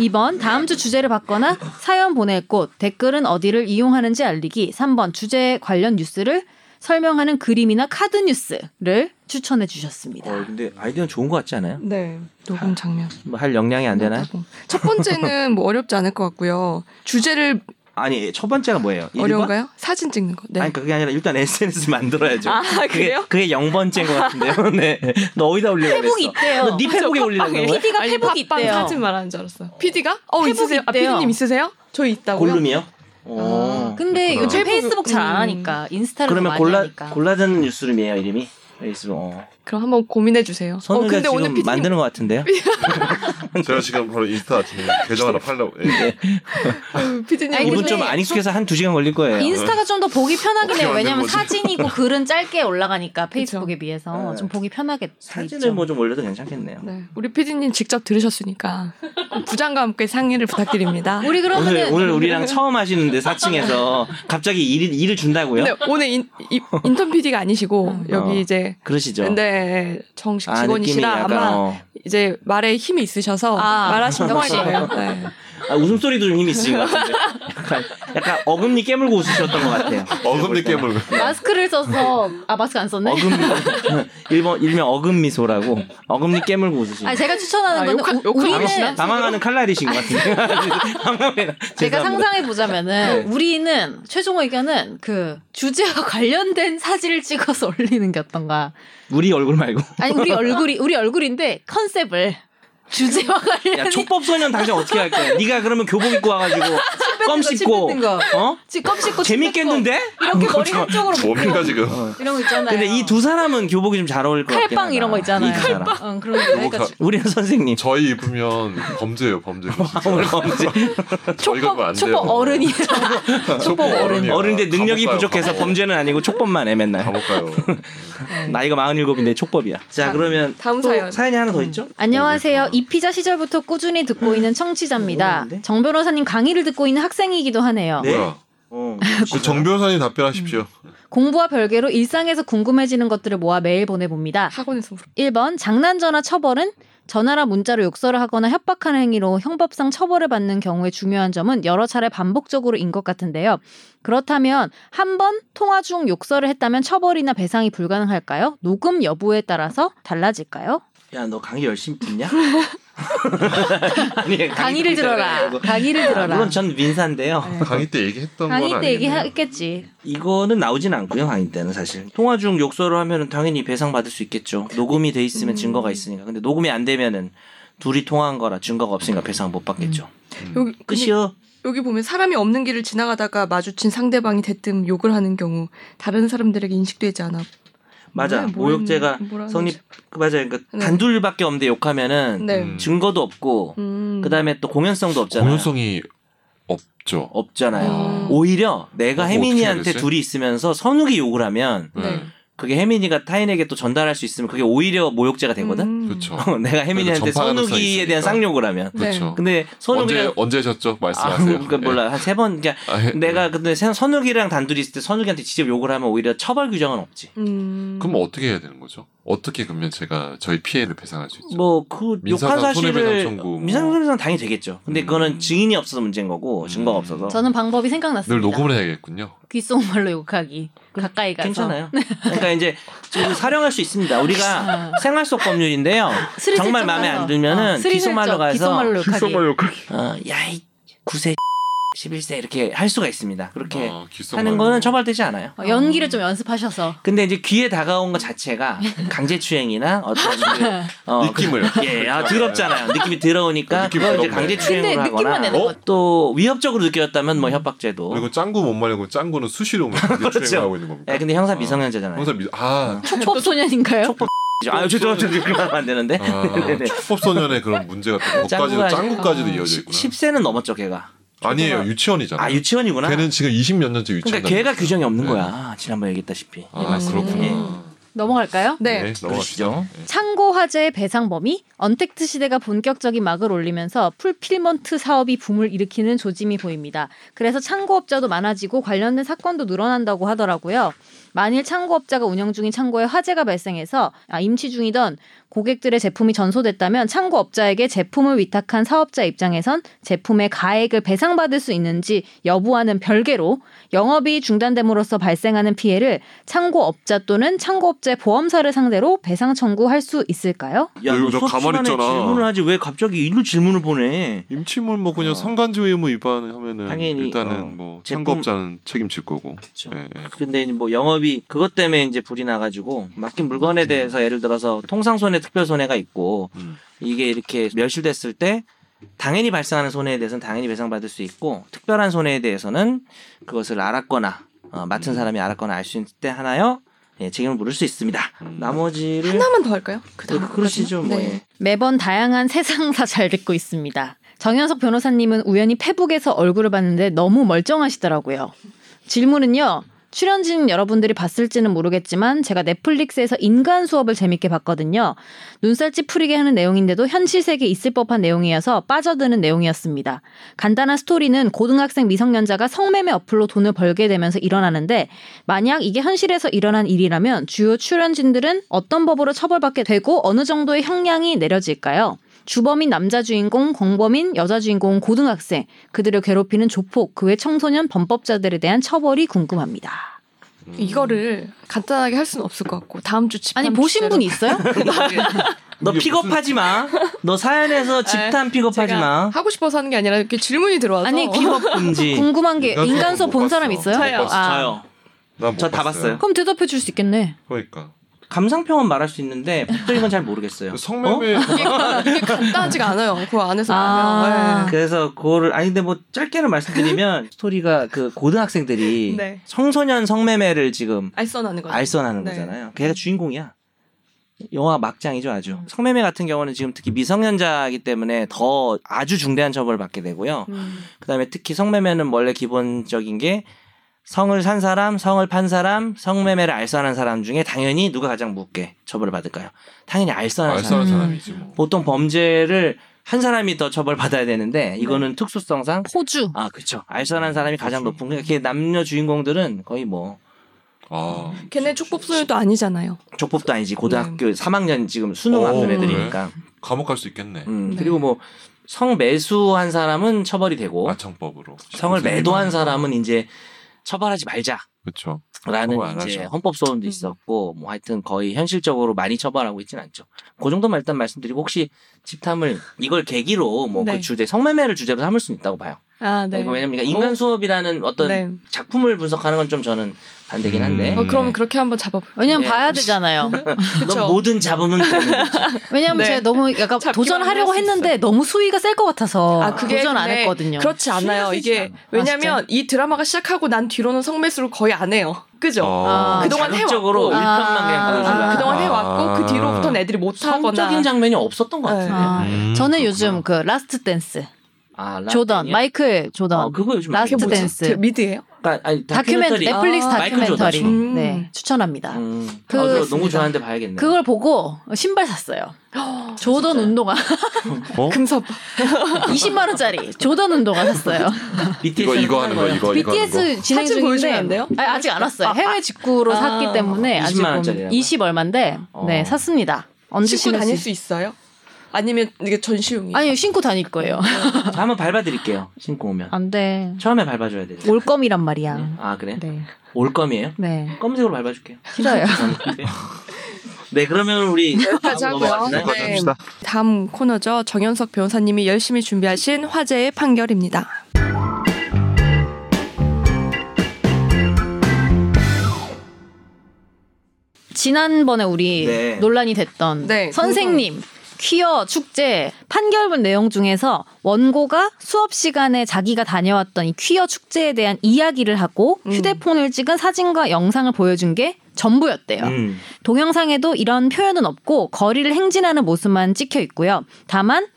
Speaker 4: 2번, 다음 주 주제를 받거나 사연 보낼 곳, 댓글은 어디를 이용하는지 알리기. 3번, 주제 관련 뉴스를 설명하는 그림이나 카드 뉴스를 추천해 주셨습니다.
Speaker 2: 어, 근데 아이디어 는 좋은 것 같지 않아요?
Speaker 1: 네 녹음 장면.
Speaker 2: 뭐할 역량이 안 되나? 요
Speaker 1: 끝나고. 첫 번째는 뭐 어렵지 않을 것 같고요. 주제를
Speaker 2: 아니 첫 번째가 뭐예요? 일 번?
Speaker 1: 어려운가요? 사진 찍는 거. 네.
Speaker 2: 아니 그러니까 그게 아니라 일단 SNS 만들어야죠.
Speaker 1: 아,
Speaker 2: 그게
Speaker 1: 그래요?
Speaker 2: 그게 0 번째인 것
Speaker 4: (laughs)
Speaker 2: 같은데요. 네. 너 어디다 올리려고
Speaker 4: 페북
Speaker 2: 그랬어?
Speaker 4: 있대요.
Speaker 2: 너네 페북에 올리려고
Speaker 4: (laughs)
Speaker 2: 그런 거야?
Speaker 4: PD가
Speaker 1: 아니,
Speaker 4: 페북
Speaker 1: 팟빵
Speaker 4: 있대요.
Speaker 1: 사진 말하는 줄 알았어요. PD가? 어
Speaker 4: 페북
Speaker 1: 있으세요? 아,
Speaker 4: 있대요.
Speaker 1: PD님 있으세요? 저 있다고요?
Speaker 2: 골룸이요?
Speaker 4: 아,
Speaker 2: 어.
Speaker 4: 근데
Speaker 3: 그렇구나.
Speaker 4: 요즘 페이스북 잘 안
Speaker 1: 음.
Speaker 4: 하니까 인스타를 더
Speaker 2: 그러면
Speaker 4: 많이
Speaker 2: 골라
Speaker 4: 하니까.
Speaker 2: 골라드는 뉴스룸이에요 이름이? 있으면 어.
Speaker 1: 그럼 한번 고민해 주세요. 어
Speaker 2: 선우가
Speaker 1: 근데
Speaker 2: 지금
Speaker 1: 오늘 PD님
Speaker 2: 만드는 것 같은데요?
Speaker 3: 제가 지금 바로 인스타 아침에 계정 하나 팔려고. 예.
Speaker 2: (laughs)
Speaker 1: 어, PD님
Speaker 4: 아니,
Speaker 2: 이분
Speaker 4: 근데 아,
Speaker 2: 좀 안 익숙해서 한 두 시간 걸릴 거예요.
Speaker 4: 인스타가 좀 더 보기 편하긴
Speaker 3: 어떻게
Speaker 4: 해요. 왜냐면
Speaker 3: 만든 거지?
Speaker 2: (laughs)
Speaker 4: 사진이고 글은 짧게 올라가니까 페이스북에 비해서
Speaker 2: 네.
Speaker 4: 좀 보기 편하게 돼
Speaker 2: 사진을
Speaker 4: 있죠.
Speaker 2: 뭐 좀 올려도 괜찮겠네요.
Speaker 1: 네, 우리 PD님 직접 들으셨으니까 부장과 함께 상의를 부탁드립니다.
Speaker 4: 우리 그러면은
Speaker 2: 오늘 오늘 우리랑 처음 하시는데 4층에서 갑자기 일, 일을 준다고요?
Speaker 1: 근데 오늘 인, 이- 인턴 PD가 아니시고 여기
Speaker 2: 어.
Speaker 1: 이제
Speaker 2: 그러시죠.
Speaker 1: 근데 정식
Speaker 2: 아 느낌이
Speaker 1: 직원이시라
Speaker 2: 약간
Speaker 1: 아마
Speaker 2: 어.
Speaker 1: 이제 말에 힘이 있으셔서
Speaker 4: 아,
Speaker 1: 말하시는
Speaker 4: 역시.
Speaker 1: 거예요.
Speaker 4: (laughs)
Speaker 1: 네.
Speaker 2: 아, 웃음소리도 좀 힘이 있으신 것 같은데 약간, 약간 어금니 깨물고 웃으셨던 것 같아요.
Speaker 3: 어금니 뭐,
Speaker 2: 제가 볼 때는. (laughs)
Speaker 3: 깨물.
Speaker 4: 마스크를 써서 아 마스크 안 썼네.
Speaker 2: 어금 그- (laughs) 일본 일명 어금미소라고 어금니 깨물고 웃으신.
Speaker 4: 아 제가 추천하는
Speaker 1: 아,
Speaker 4: 거는
Speaker 1: 욕하-
Speaker 4: 우-
Speaker 1: 욕하는
Speaker 4: 우리는
Speaker 1: 것이나?
Speaker 2: 당황하는 칼날이신 것 같은데. (laughs) 당황해라.
Speaker 4: 제가
Speaker 2: 죄송합니다.
Speaker 4: 상상해
Speaker 2: 네.
Speaker 4: 보자면은 우리는 최종 의견은 그 주제와 (laughs) 관련된 사진을 찍어서 올리는 게 어떤가.
Speaker 2: 우리 얼굴 말고.
Speaker 4: 아니 우리 얼굴이 우리 얼굴인데 컨셉을 주제와 관련.
Speaker 2: 야 촉법 소년 당장 어떻게 할 거야? 네가 그러면 교복 입고 와가지고
Speaker 4: 뱉는 거,
Speaker 2: 껌
Speaker 4: 아, 침
Speaker 2: 씹고
Speaker 4: 뱉는 거.
Speaker 2: 어?
Speaker 4: 지금 껌 씹고 침
Speaker 2: 재밌겠는데?
Speaker 4: 뱉고 이렇게 머리 한쪽으로
Speaker 3: 뭡니까
Speaker 4: 묶고
Speaker 3: 지금?
Speaker 2: 어.
Speaker 4: 뭐 이런 거 있잖아요.
Speaker 2: 근데 이 두 사람은 교복이 좀 잘 어울릴 것 같긴
Speaker 4: 칼빵
Speaker 2: 하다.
Speaker 4: 이런 거 있잖아요.
Speaker 2: 이두 사람.
Speaker 4: 응, 그런 거. 그러니까
Speaker 3: 가-
Speaker 2: 우리는 선생님.
Speaker 3: 저희 입으면 범죄예요 범죄.
Speaker 2: (laughs) 오늘 범죄.
Speaker 3: (laughs) 저희가 뭐
Speaker 4: 초법
Speaker 3: 안
Speaker 4: 초법
Speaker 3: 돼요.
Speaker 4: (laughs) 어른이에요. 초법 어른.
Speaker 3: 어른이에요.
Speaker 2: 어른인데 능력이
Speaker 3: 감옥 가요,
Speaker 2: 부족해서
Speaker 3: 감옥.
Speaker 2: 범죄는 아니고 촉법만 해 맨날.
Speaker 3: 감옥 가요.
Speaker 4: 음.
Speaker 2: 나이가 47인데 촉법이야. 자 그러면
Speaker 1: 다음
Speaker 2: 또
Speaker 1: 사연.
Speaker 2: 사연이 하나 더 있죠?
Speaker 4: 안녕하세요. 이 피자 시절부터 꾸준히 듣고 있는 청취자입니다. 정 변호사님 강의를 듣고 있는 학생이기도 하네요.
Speaker 2: 네.
Speaker 3: 아, 뭐야?
Speaker 2: 어.
Speaker 3: 그정 변호사님 답변하십시오.
Speaker 4: 공부와 별개로 일상에서 궁금해지는 것들을 모아 매일 보내봅니다.
Speaker 1: 학원에서 뭐 물어.
Speaker 4: 1번 장난 전화 처벌은 전화나 문자로 욕설을 하거나 협박하는 행위로 형법상 처벌을 받는 경우에 중요한 점은 여러 차례 반복적으로인 것 같은데요. 그렇다면 한 번 통화 중 욕설을 했다면 처벌이나 배상이 불가능할까요? 녹음 여부에 따라서 달라질까요?
Speaker 2: 야 너 강의 열심히
Speaker 4: (laughs)
Speaker 2: 듣냐? (laughs) 아니, 강의
Speaker 4: 강의를
Speaker 2: 듣는다
Speaker 4: 들어라.
Speaker 2: 그래가지고.
Speaker 4: 강의를
Speaker 2: 아,
Speaker 4: 들어라. 네.
Speaker 2: 물론 전 민사인데요.
Speaker 3: 강의 때 얘기했던 건
Speaker 4: 강의 때
Speaker 3: 아니에요.
Speaker 4: 얘기했겠지.
Speaker 2: 이거는 나오진 않고요 강의 때는 사실 통화 중 욕설을 하면은 당연히 배상 받을 수 있겠죠. 녹음이 돼 있으면 증거가 있으니까. 근데 녹음이 안 되면은 둘이 통화한 거라 증거가 없으니까 배상 못 받겠죠.
Speaker 1: 여기 그러니까. 음. 근데
Speaker 2: 끝이요.
Speaker 1: 여기 보면 사람이 없는 길을 지나가다가 마주친 상대방이 대뜸 욕을 하는 경우 다른 사람들에게 인식되지 않아.
Speaker 2: 맞아.
Speaker 1: 네, 뭐라
Speaker 2: 모욕죄가
Speaker 1: 했는지, 뭐라
Speaker 2: 성립 맞아. 그러니까
Speaker 1: 네.
Speaker 2: 단둘밖에 없는데 욕하면은
Speaker 1: 네.
Speaker 3: 음.
Speaker 2: 증거도 없고
Speaker 1: 음.
Speaker 2: 그다음에 또 공연성도 없잖아요.
Speaker 3: 공연성이 없죠.
Speaker 2: 없잖아요.
Speaker 1: 음.
Speaker 2: 오히려 내가
Speaker 3: 어, 어떻게
Speaker 2: 혜민이한테
Speaker 3: 해야 되지?
Speaker 2: 둘이 있으면서 선욱이 욕을 하면
Speaker 1: 네.
Speaker 3: 네.
Speaker 2: 그게 혜민이가 타인에게 또 전달할 수 있으면 그게 오히려 모욕죄가 되거든.
Speaker 1: 음.
Speaker 3: 그렇죠.
Speaker 4: 네.
Speaker 2: (laughs) 내가 혜민이한테
Speaker 3: 그래도 전파 가능성이
Speaker 2: 선욱이에 대한
Speaker 3: 있으니까.
Speaker 2: 쌍욕을 하면.
Speaker 1: 네.
Speaker 3: 그렇죠.
Speaker 2: 근데
Speaker 3: 언제
Speaker 2: 선욱이랑
Speaker 3: 언제 졌죠?
Speaker 2: 아,
Speaker 3: 말씀하세요.
Speaker 2: 그러니까 몰라 한 세 번 그러니까
Speaker 3: 예. 아, 예.
Speaker 2: 내가 근데 선- 선욱이랑 단둘이 있을 때 선욱이한테 직접 욕을 하면 오히려 처벌 규정은 없지.
Speaker 1: 음.
Speaker 3: 그럼 어떻게 해야 되는 거죠? 어떻게 그러면 제가 저희 피해를 배상할 수 있죠?
Speaker 2: 뭐 그
Speaker 3: 민사상
Speaker 2: 욕한 사실을
Speaker 3: 손해배상 청구 뭐.
Speaker 2: 민사상 손해배상 당연히 되겠죠. 근데
Speaker 3: 음.
Speaker 2: 그거는 증인이 없어서 문제인 거고 증거가 없어서
Speaker 4: 저는 방법이 생각났습니다.
Speaker 3: 늘 녹음을 해야겠군요.
Speaker 4: 귓속말로 욕하기. 가까이 가서. (laughs)
Speaker 2: 괜찮아요. 그러니까 이제 지금 사령할 수 있습니다. 우리가
Speaker 4: (laughs) 어.
Speaker 2: 생활 속 법률인데요.
Speaker 4: 스리슬쩍
Speaker 2: 정말 마음에 안
Speaker 4: 가서. 어,
Speaker 2: 들면은
Speaker 4: 스리슬쩍
Speaker 2: 귓속말로 가서
Speaker 4: 귓속말로 욕하기.
Speaker 3: 욕하기.
Speaker 2: 어, 야이 9세 (laughs) 11세 이렇게 할 수가 있습니다. 그렇게
Speaker 3: 아, 귓속말로.
Speaker 2: 하는 거는 처벌되지 않아요.
Speaker 4: 어, 연기를 좀
Speaker 2: (laughs)
Speaker 4: 연습하셔서.
Speaker 2: 근데 이제 귀에 다가온 것
Speaker 4: (laughs)
Speaker 2: 자체가 강제추행이나 어떤
Speaker 4: 네.
Speaker 2: 그, 어,
Speaker 3: 느낌을. 어,
Speaker 2: 그- (laughs) 예, 아, 더럽잖아요. 느낌이 더러우니까
Speaker 3: 느낌
Speaker 2: 그걸 이제
Speaker 3: 더럽네.
Speaker 2: 강제추행으로
Speaker 4: 근데 느낌만
Speaker 2: 하거나
Speaker 4: 내는
Speaker 3: 어?
Speaker 4: 거죠.
Speaker 2: 또 위협적으로 느꼈다면 뭐 협박죄도.
Speaker 3: 음. 그리고 짱구 못 말고 짱구는 수시로 뭐 강제
Speaker 2: (laughs) 그렇죠.
Speaker 3: 추행하고 있는 겁니까?
Speaker 2: 예, 근데 형사
Speaker 3: 어.
Speaker 2: 미성년자잖아요.
Speaker 3: 형사 미.
Speaker 2: (laughs)
Speaker 3: 아,
Speaker 4: 촉법 소년인가요?
Speaker 2: 아유 죄송합니다. 그렇게 말하면 안 되는데.
Speaker 3: 아
Speaker 2: (laughs) 네네.
Speaker 3: 촉법소년의 그런 문제가 또
Speaker 2: 짱구가
Speaker 3: 거기까지도
Speaker 2: 아니-
Speaker 3: 짱구까지도
Speaker 4: 어.
Speaker 3: 이어져 있구나.
Speaker 2: 10세는 넘었죠, 걔가.
Speaker 3: 아니에요,
Speaker 2: 아,
Speaker 3: 유치원이잖아요.
Speaker 2: 유치원이구나.
Speaker 3: 걔는 지금 20몇 년째 유치원.
Speaker 2: 그러니까 걔가
Speaker 3: 다니고 있어요.
Speaker 2: 규정이 없는
Speaker 3: 네.
Speaker 2: 거야. 네, 지난번에 얘기했다시피. 예.
Speaker 3: 아, 그렇구나.
Speaker 4: 넘어갈까요?
Speaker 1: 네.
Speaker 3: 넘어가시죠. 네.
Speaker 4: 창고 화재의 배상 범위, 언택트 시대가 본격적인 막을 올리면서 풀필먼트 사업이 붐을 일으키는 조짐이 보입니다. 그래서 창고업자도 많아지고 관련된 사건도 늘어난다고 하더라고요. 만일 창고업자가 운영 중인 창고에 화재가 발생해서 아, 임치 중이던 고객들의 제품이 전소됐다면 창고업자에게 제품을 위탁한 사업자 입장에선 제품의 가액을 배상받을 수 있는지 여부와는 별개로 영업이 중단됨으로써 발생하는 피해를 창고업자 또는 창고업체 보험사를 상대로 배상 청구할 수 있을까요?
Speaker 2: 야,
Speaker 3: 너
Speaker 2: 너
Speaker 3: 이거
Speaker 2: 수업
Speaker 3: 가만히
Speaker 2: 시간에
Speaker 3: 있잖아.
Speaker 2: 질문을 하지 왜 갑자기 일로 질문을 보내?
Speaker 3: 임치물 뭐 그냥
Speaker 2: 어.
Speaker 3: 성간지 의무 위반하면은
Speaker 2: 당연히,
Speaker 3: 일단은
Speaker 2: 어,
Speaker 3: 뭐
Speaker 2: 제품-
Speaker 3: 창고업자는 책임질 거고.
Speaker 2: 그렇죠.
Speaker 3: 예, 예.
Speaker 2: 근데 이제 뭐 영업이 그것 때문에 이제 불이 나가지고 맡긴 물건에 대해서 예를 들어서 통상 손해, 특별 손해가 있고
Speaker 3: 네. 음.
Speaker 2: 이게 이렇게 멸실됐을 때 당연히 발생하는 손해에 대해서는 당연히 배상받을 수 있고 특별한 손해에 대해서는 그것을 알았거나 어,
Speaker 3: 음.
Speaker 2: 맡은 사람이 알았거나 알 수 있을 때 하나요 예, 책임을 물을 수 있습니다.
Speaker 3: 음.
Speaker 2: 나머지를
Speaker 1: 하나만 더 할까요? 그
Speaker 2: 그-
Speaker 1: 다음 네.
Speaker 2: 그러시죠 뭐. 예.
Speaker 4: 매번 다양한 (laughs) 세상사 잘 듣고 있습니다. 정현석 변호사님은 우연히 페북에서 얼굴을 봤는데 너무 멀쩡하시더라고요. 질문은요. 출연진 여러분들이 봤을지는 모르겠지만 제가 넷플릭스에서 인간 수업을 재밌게 봤거든요. 눈살 찌푸리게 하는 내용인데도 현실 세계에 있을 법한 내용이어서 빠져드는 내용이었습니다. 간단한 스토리는 고등학생 미성년자가 성매매 어플로 돈을 벌게 되면서 일어나는데 만약 이게 현실에서 일어난 일이라면 주요 출연진들은 어떤 법으로 처벌받게 되고 어느 정도의 형량이 내려질까요? 주범인 남자 주인공, 공범인 여자 주인공, 고등학생, 그들을 괴롭히는 조폭, 그 외 청소년 범법자들에 대한 처벌이 궁금합니다.
Speaker 3: 음.
Speaker 1: 이거를 간단하게 할 수는 없을 것 같고 다음 주 네. 집.
Speaker 4: 아니,
Speaker 1: (laughs)
Speaker 4: 보신 분 있어요?
Speaker 2: 너
Speaker 3: 이게 무슨-
Speaker 2: 픽업하지 마. 너
Speaker 1: 아,
Speaker 2: 사연에서 집단 픽업하지 마. 음.
Speaker 1: 하고 싶어서 하는 게 아니라 이렇게 질문이 들어와서
Speaker 4: 아니, (laughs) 귀-
Speaker 2: 픽업 금지.
Speaker 4: 궁금한 게
Speaker 3: 인간
Speaker 4: 인간 수업
Speaker 3: 수업 못
Speaker 4: 본 사람
Speaker 3: 봤어.
Speaker 4: 있어요?
Speaker 3: 못 봤어.
Speaker 4: 아,
Speaker 2: 저요.
Speaker 3: 난못
Speaker 2: 저다
Speaker 3: 봤어요.
Speaker 2: 봤어요.
Speaker 4: 그럼 대답해 줄 수 있겠네.
Speaker 3: 그러니까
Speaker 2: 감상평은 말할 수 있는데 법적인 건 잘 모르겠어요. 어?
Speaker 3: 그 성매매
Speaker 1: 이게 간단하지가 않아요. 그 안에서
Speaker 4: 아.
Speaker 1: 아.
Speaker 2: 그래서 그거를 아니 근데 뭐
Speaker 1: (laughs)
Speaker 2: 짧게는 말씀드리면 스토리가 그 고등학생들이
Speaker 1: 네.
Speaker 2: 성소년 성매매를 지금
Speaker 1: 알선하는 거죠.
Speaker 2: 알선하는
Speaker 1: 네. 음.
Speaker 2: 거잖아요. 걔가 주인공이야. 영화 막장이죠, 아주. 성매매 같은 경우는 지금 특히 미성년자이기 때문에 더 아주 중대한 처벌을 받게 되고요.
Speaker 1: 음.
Speaker 2: 그다음에 특히 성매매는 원래 기본적인 게 성을 산 사람, 성을 판 사람, 성매매를 알선한 사람 중에 당연히 누가 가장 무겁게 처벌을 받을까요? 당연히 알선한 사람.
Speaker 3: 알선한 사람이지 뭐.
Speaker 2: 보통 범죄를 한 사람이 더 처벌받아야
Speaker 3: 네.
Speaker 2: 되는데 이거는 특수성상
Speaker 4: 호주.
Speaker 2: 아 그렇죠 알선한 사람이 가장 높은 게 이렇게 남녀 주인공들은 거의 뭐
Speaker 3: 아,
Speaker 2: 음.
Speaker 1: 걔네 축복소녀도 아니잖아요.
Speaker 2: 족법도 아니지 고등학교 3학년 지금 수능
Speaker 3: 네. 오, 네.
Speaker 2: 앞둔
Speaker 1: 그래?
Speaker 2: 애들이니까
Speaker 3: 감옥 갈 수 있겠네.
Speaker 2: 음,
Speaker 1: 네.
Speaker 2: 그리고 뭐 성매수한 사람은 처벌이 되고
Speaker 3: 마청법으로.
Speaker 2: 뭐 성을 매도한 사람은 이제 처벌하지 말자
Speaker 3: 그렇죠.
Speaker 2: 라는
Speaker 3: 그거 안
Speaker 2: 이제
Speaker 3: 하죠.
Speaker 2: 헌법 소원도
Speaker 1: 음.
Speaker 2: 있었고 뭐 하여튼 거의 현실적으로 많이 처벌하고 있진 않죠. 그 정도만 일단 말씀드리고 혹시 집탐을 이걸 계기로 뭐 그
Speaker 1: 네.
Speaker 2: 주제 성매매를 주제로 삼을 수는 있다고 봐요.
Speaker 1: 아, 네.
Speaker 2: 이거 어, 왜냐면 그러니까 인간 수업이라는 어떤 음.
Speaker 1: 네.
Speaker 2: 작품을 분석하는 건 좀 저는 반대긴 한데.
Speaker 3: 음.
Speaker 1: 어, 그럼 그렇게 한번 잡아볼까요?
Speaker 4: 왜냐면
Speaker 2: 예.
Speaker 4: 봐야 되잖아요.
Speaker 2: 넌
Speaker 1: 그쵸.
Speaker 2: 모든 잡음은 되는 거지.
Speaker 4: 왜냐면
Speaker 1: 네.
Speaker 4: 제가 너무 약간
Speaker 1: 잡기만
Speaker 4: 도전하려고
Speaker 1: 할수
Speaker 4: 했는데
Speaker 1: 있어요.
Speaker 4: 너무 수위가 셀 것 같아서
Speaker 1: 아, 그게
Speaker 4: 도전 안
Speaker 1: 근데
Speaker 4: 했거든요.
Speaker 1: 그렇지 않아요.
Speaker 2: 신경
Speaker 1: 이게
Speaker 2: 쓰지 않아.
Speaker 1: 왜냐면 이 드라마가 시작하고 난 뒤로는 성매수를 거의 안 해요. 그죠?
Speaker 2: 어.
Speaker 3: 어,
Speaker 2: (laughs)
Speaker 4: 아,
Speaker 1: 그동안
Speaker 2: 자극적으로
Speaker 1: 해왔고.
Speaker 2: 일편만 그냥
Speaker 4: 아,
Speaker 2: 보여주려고.
Speaker 1: 아, 그동안
Speaker 3: 아.
Speaker 1: 해왔고 그 뒤로부터는
Speaker 2: 아.
Speaker 1: 애들이
Speaker 2: 성적인
Speaker 1: 못하거나
Speaker 2: 장면이 없었던 것 같은데. 네.
Speaker 4: 아,
Speaker 3: 음,
Speaker 4: 저는
Speaker 3: 그렇구나.
Speaker 4: 요즘 그 라스트 댄스
Speaker 2: 아, 라틴이요?
Speaker 4: 조던 마이클 조던
Speaker 2: 어, 그거 요즘
Speaker 4: 라스트
Speaker 2: 많이 보죠.
Speaker 4: 댄스. 어?
Speaker 1: 그 미드예요?
Speaker 2: 그러니까 아니, 다큐멘터리.
Speaker 4: 다큐멘터리 넷플릭스
Speaker 1: 아,
Speaker 2: 마이클 조던.
Speaker 4: 다큐멘터리
Speaker 1: 음.
Speaker 4: 네 추천합니다.
Speaker 2: 음.
Speaker 4: 그-
Speaker 2: 아, 저
Speaker 4: 있습니다.
Speaker 2: 너무 좋아하는데 봐야겠네. (laughs)
Speaker 4: 그걸 보고 신발 샀어요. 조던 운동화 (laughs)
Speaker 3: 어?
Speaker 1: 금섭
Speaker 4: 20만 원짜리 조던 운동화 샀어요.
Speaker 2: BTS
Speaker 3: 이거
Speaker 2: 는
Speaker 3: 이거 하는 거
Speaker 2: 거예요.
Speaker 3: 이거 이거 하는 거.
Speaker 4: BTS 진행
Speaker 1: 사진 보여주면 안
Speaker 4: 중인데
Speaker 1: 돼요?
Speaker 4: 아니, 아직 안 왔어요. 해외 직구로
Speaker 1: 아.
Speaker 4: 샀기 때문에 아직
Speaker 2: 20만 원짜리라고요?
Speaker 4: 20 얼마인데 네
Speaker 2: 어.
Speaker 4: 샀습니다. 언제
Speaker 1: 신고
Speaker 4: 신을
Speaker 1: 다닐
Speaker 4: 수
Speaker 1: 수 있어요? 아니면 이게 전시용이?
Speaker 4: 아니 신고 다닐 거예요.
Speaker 2: 저 한번 밟아드릴게요. 신고 오면.
Speaker 4: 안 돼.
Speaker 2: 처음에 밟아줘야 되죠.
Speaker 4: 올 껌이란 말이야.
Speaker 2: 아 그래?
Speaker 4: 네.
Speaker 2: 올검이에요?
Speaker 4: 네.
Speaker 2: 검색으로 밟아줄게요.
Speaker 4: 싫어요.
Speaker 2: (laughs) 네 그러면 우리
Speaker 1: 여기까지
Speaker 2: 다음
Speaker 1: 하고요.
Speaker 2: 넘어가시나요?
Speaker 1: 네. 다음 코너죠. 정현석 변호사님이 열심히 준비하신 화제의 판결입니다.
Speaker 4: 지난번에 우리
Speaker 2: 네.
Speaker 4: 논란이 됐던
Speaker 1: 네,
Speaker 4: 선생님 퀴어 축제 판결문 내용 중에서 원고가 수업 시간에 자기가 다녀왔던 이 퀴어 축제에 대한 이야기를 하고
Speaker 1: 음.
Speaker 4: 휴대폰을 찍은 사진과 영상을 보여준 게 전부였대요.
Speaker 2: 음.
Speaker 4: 동영상에도 이런 표현은 없고 거리를 행진하는 모습만 찍혀 있고요. 다만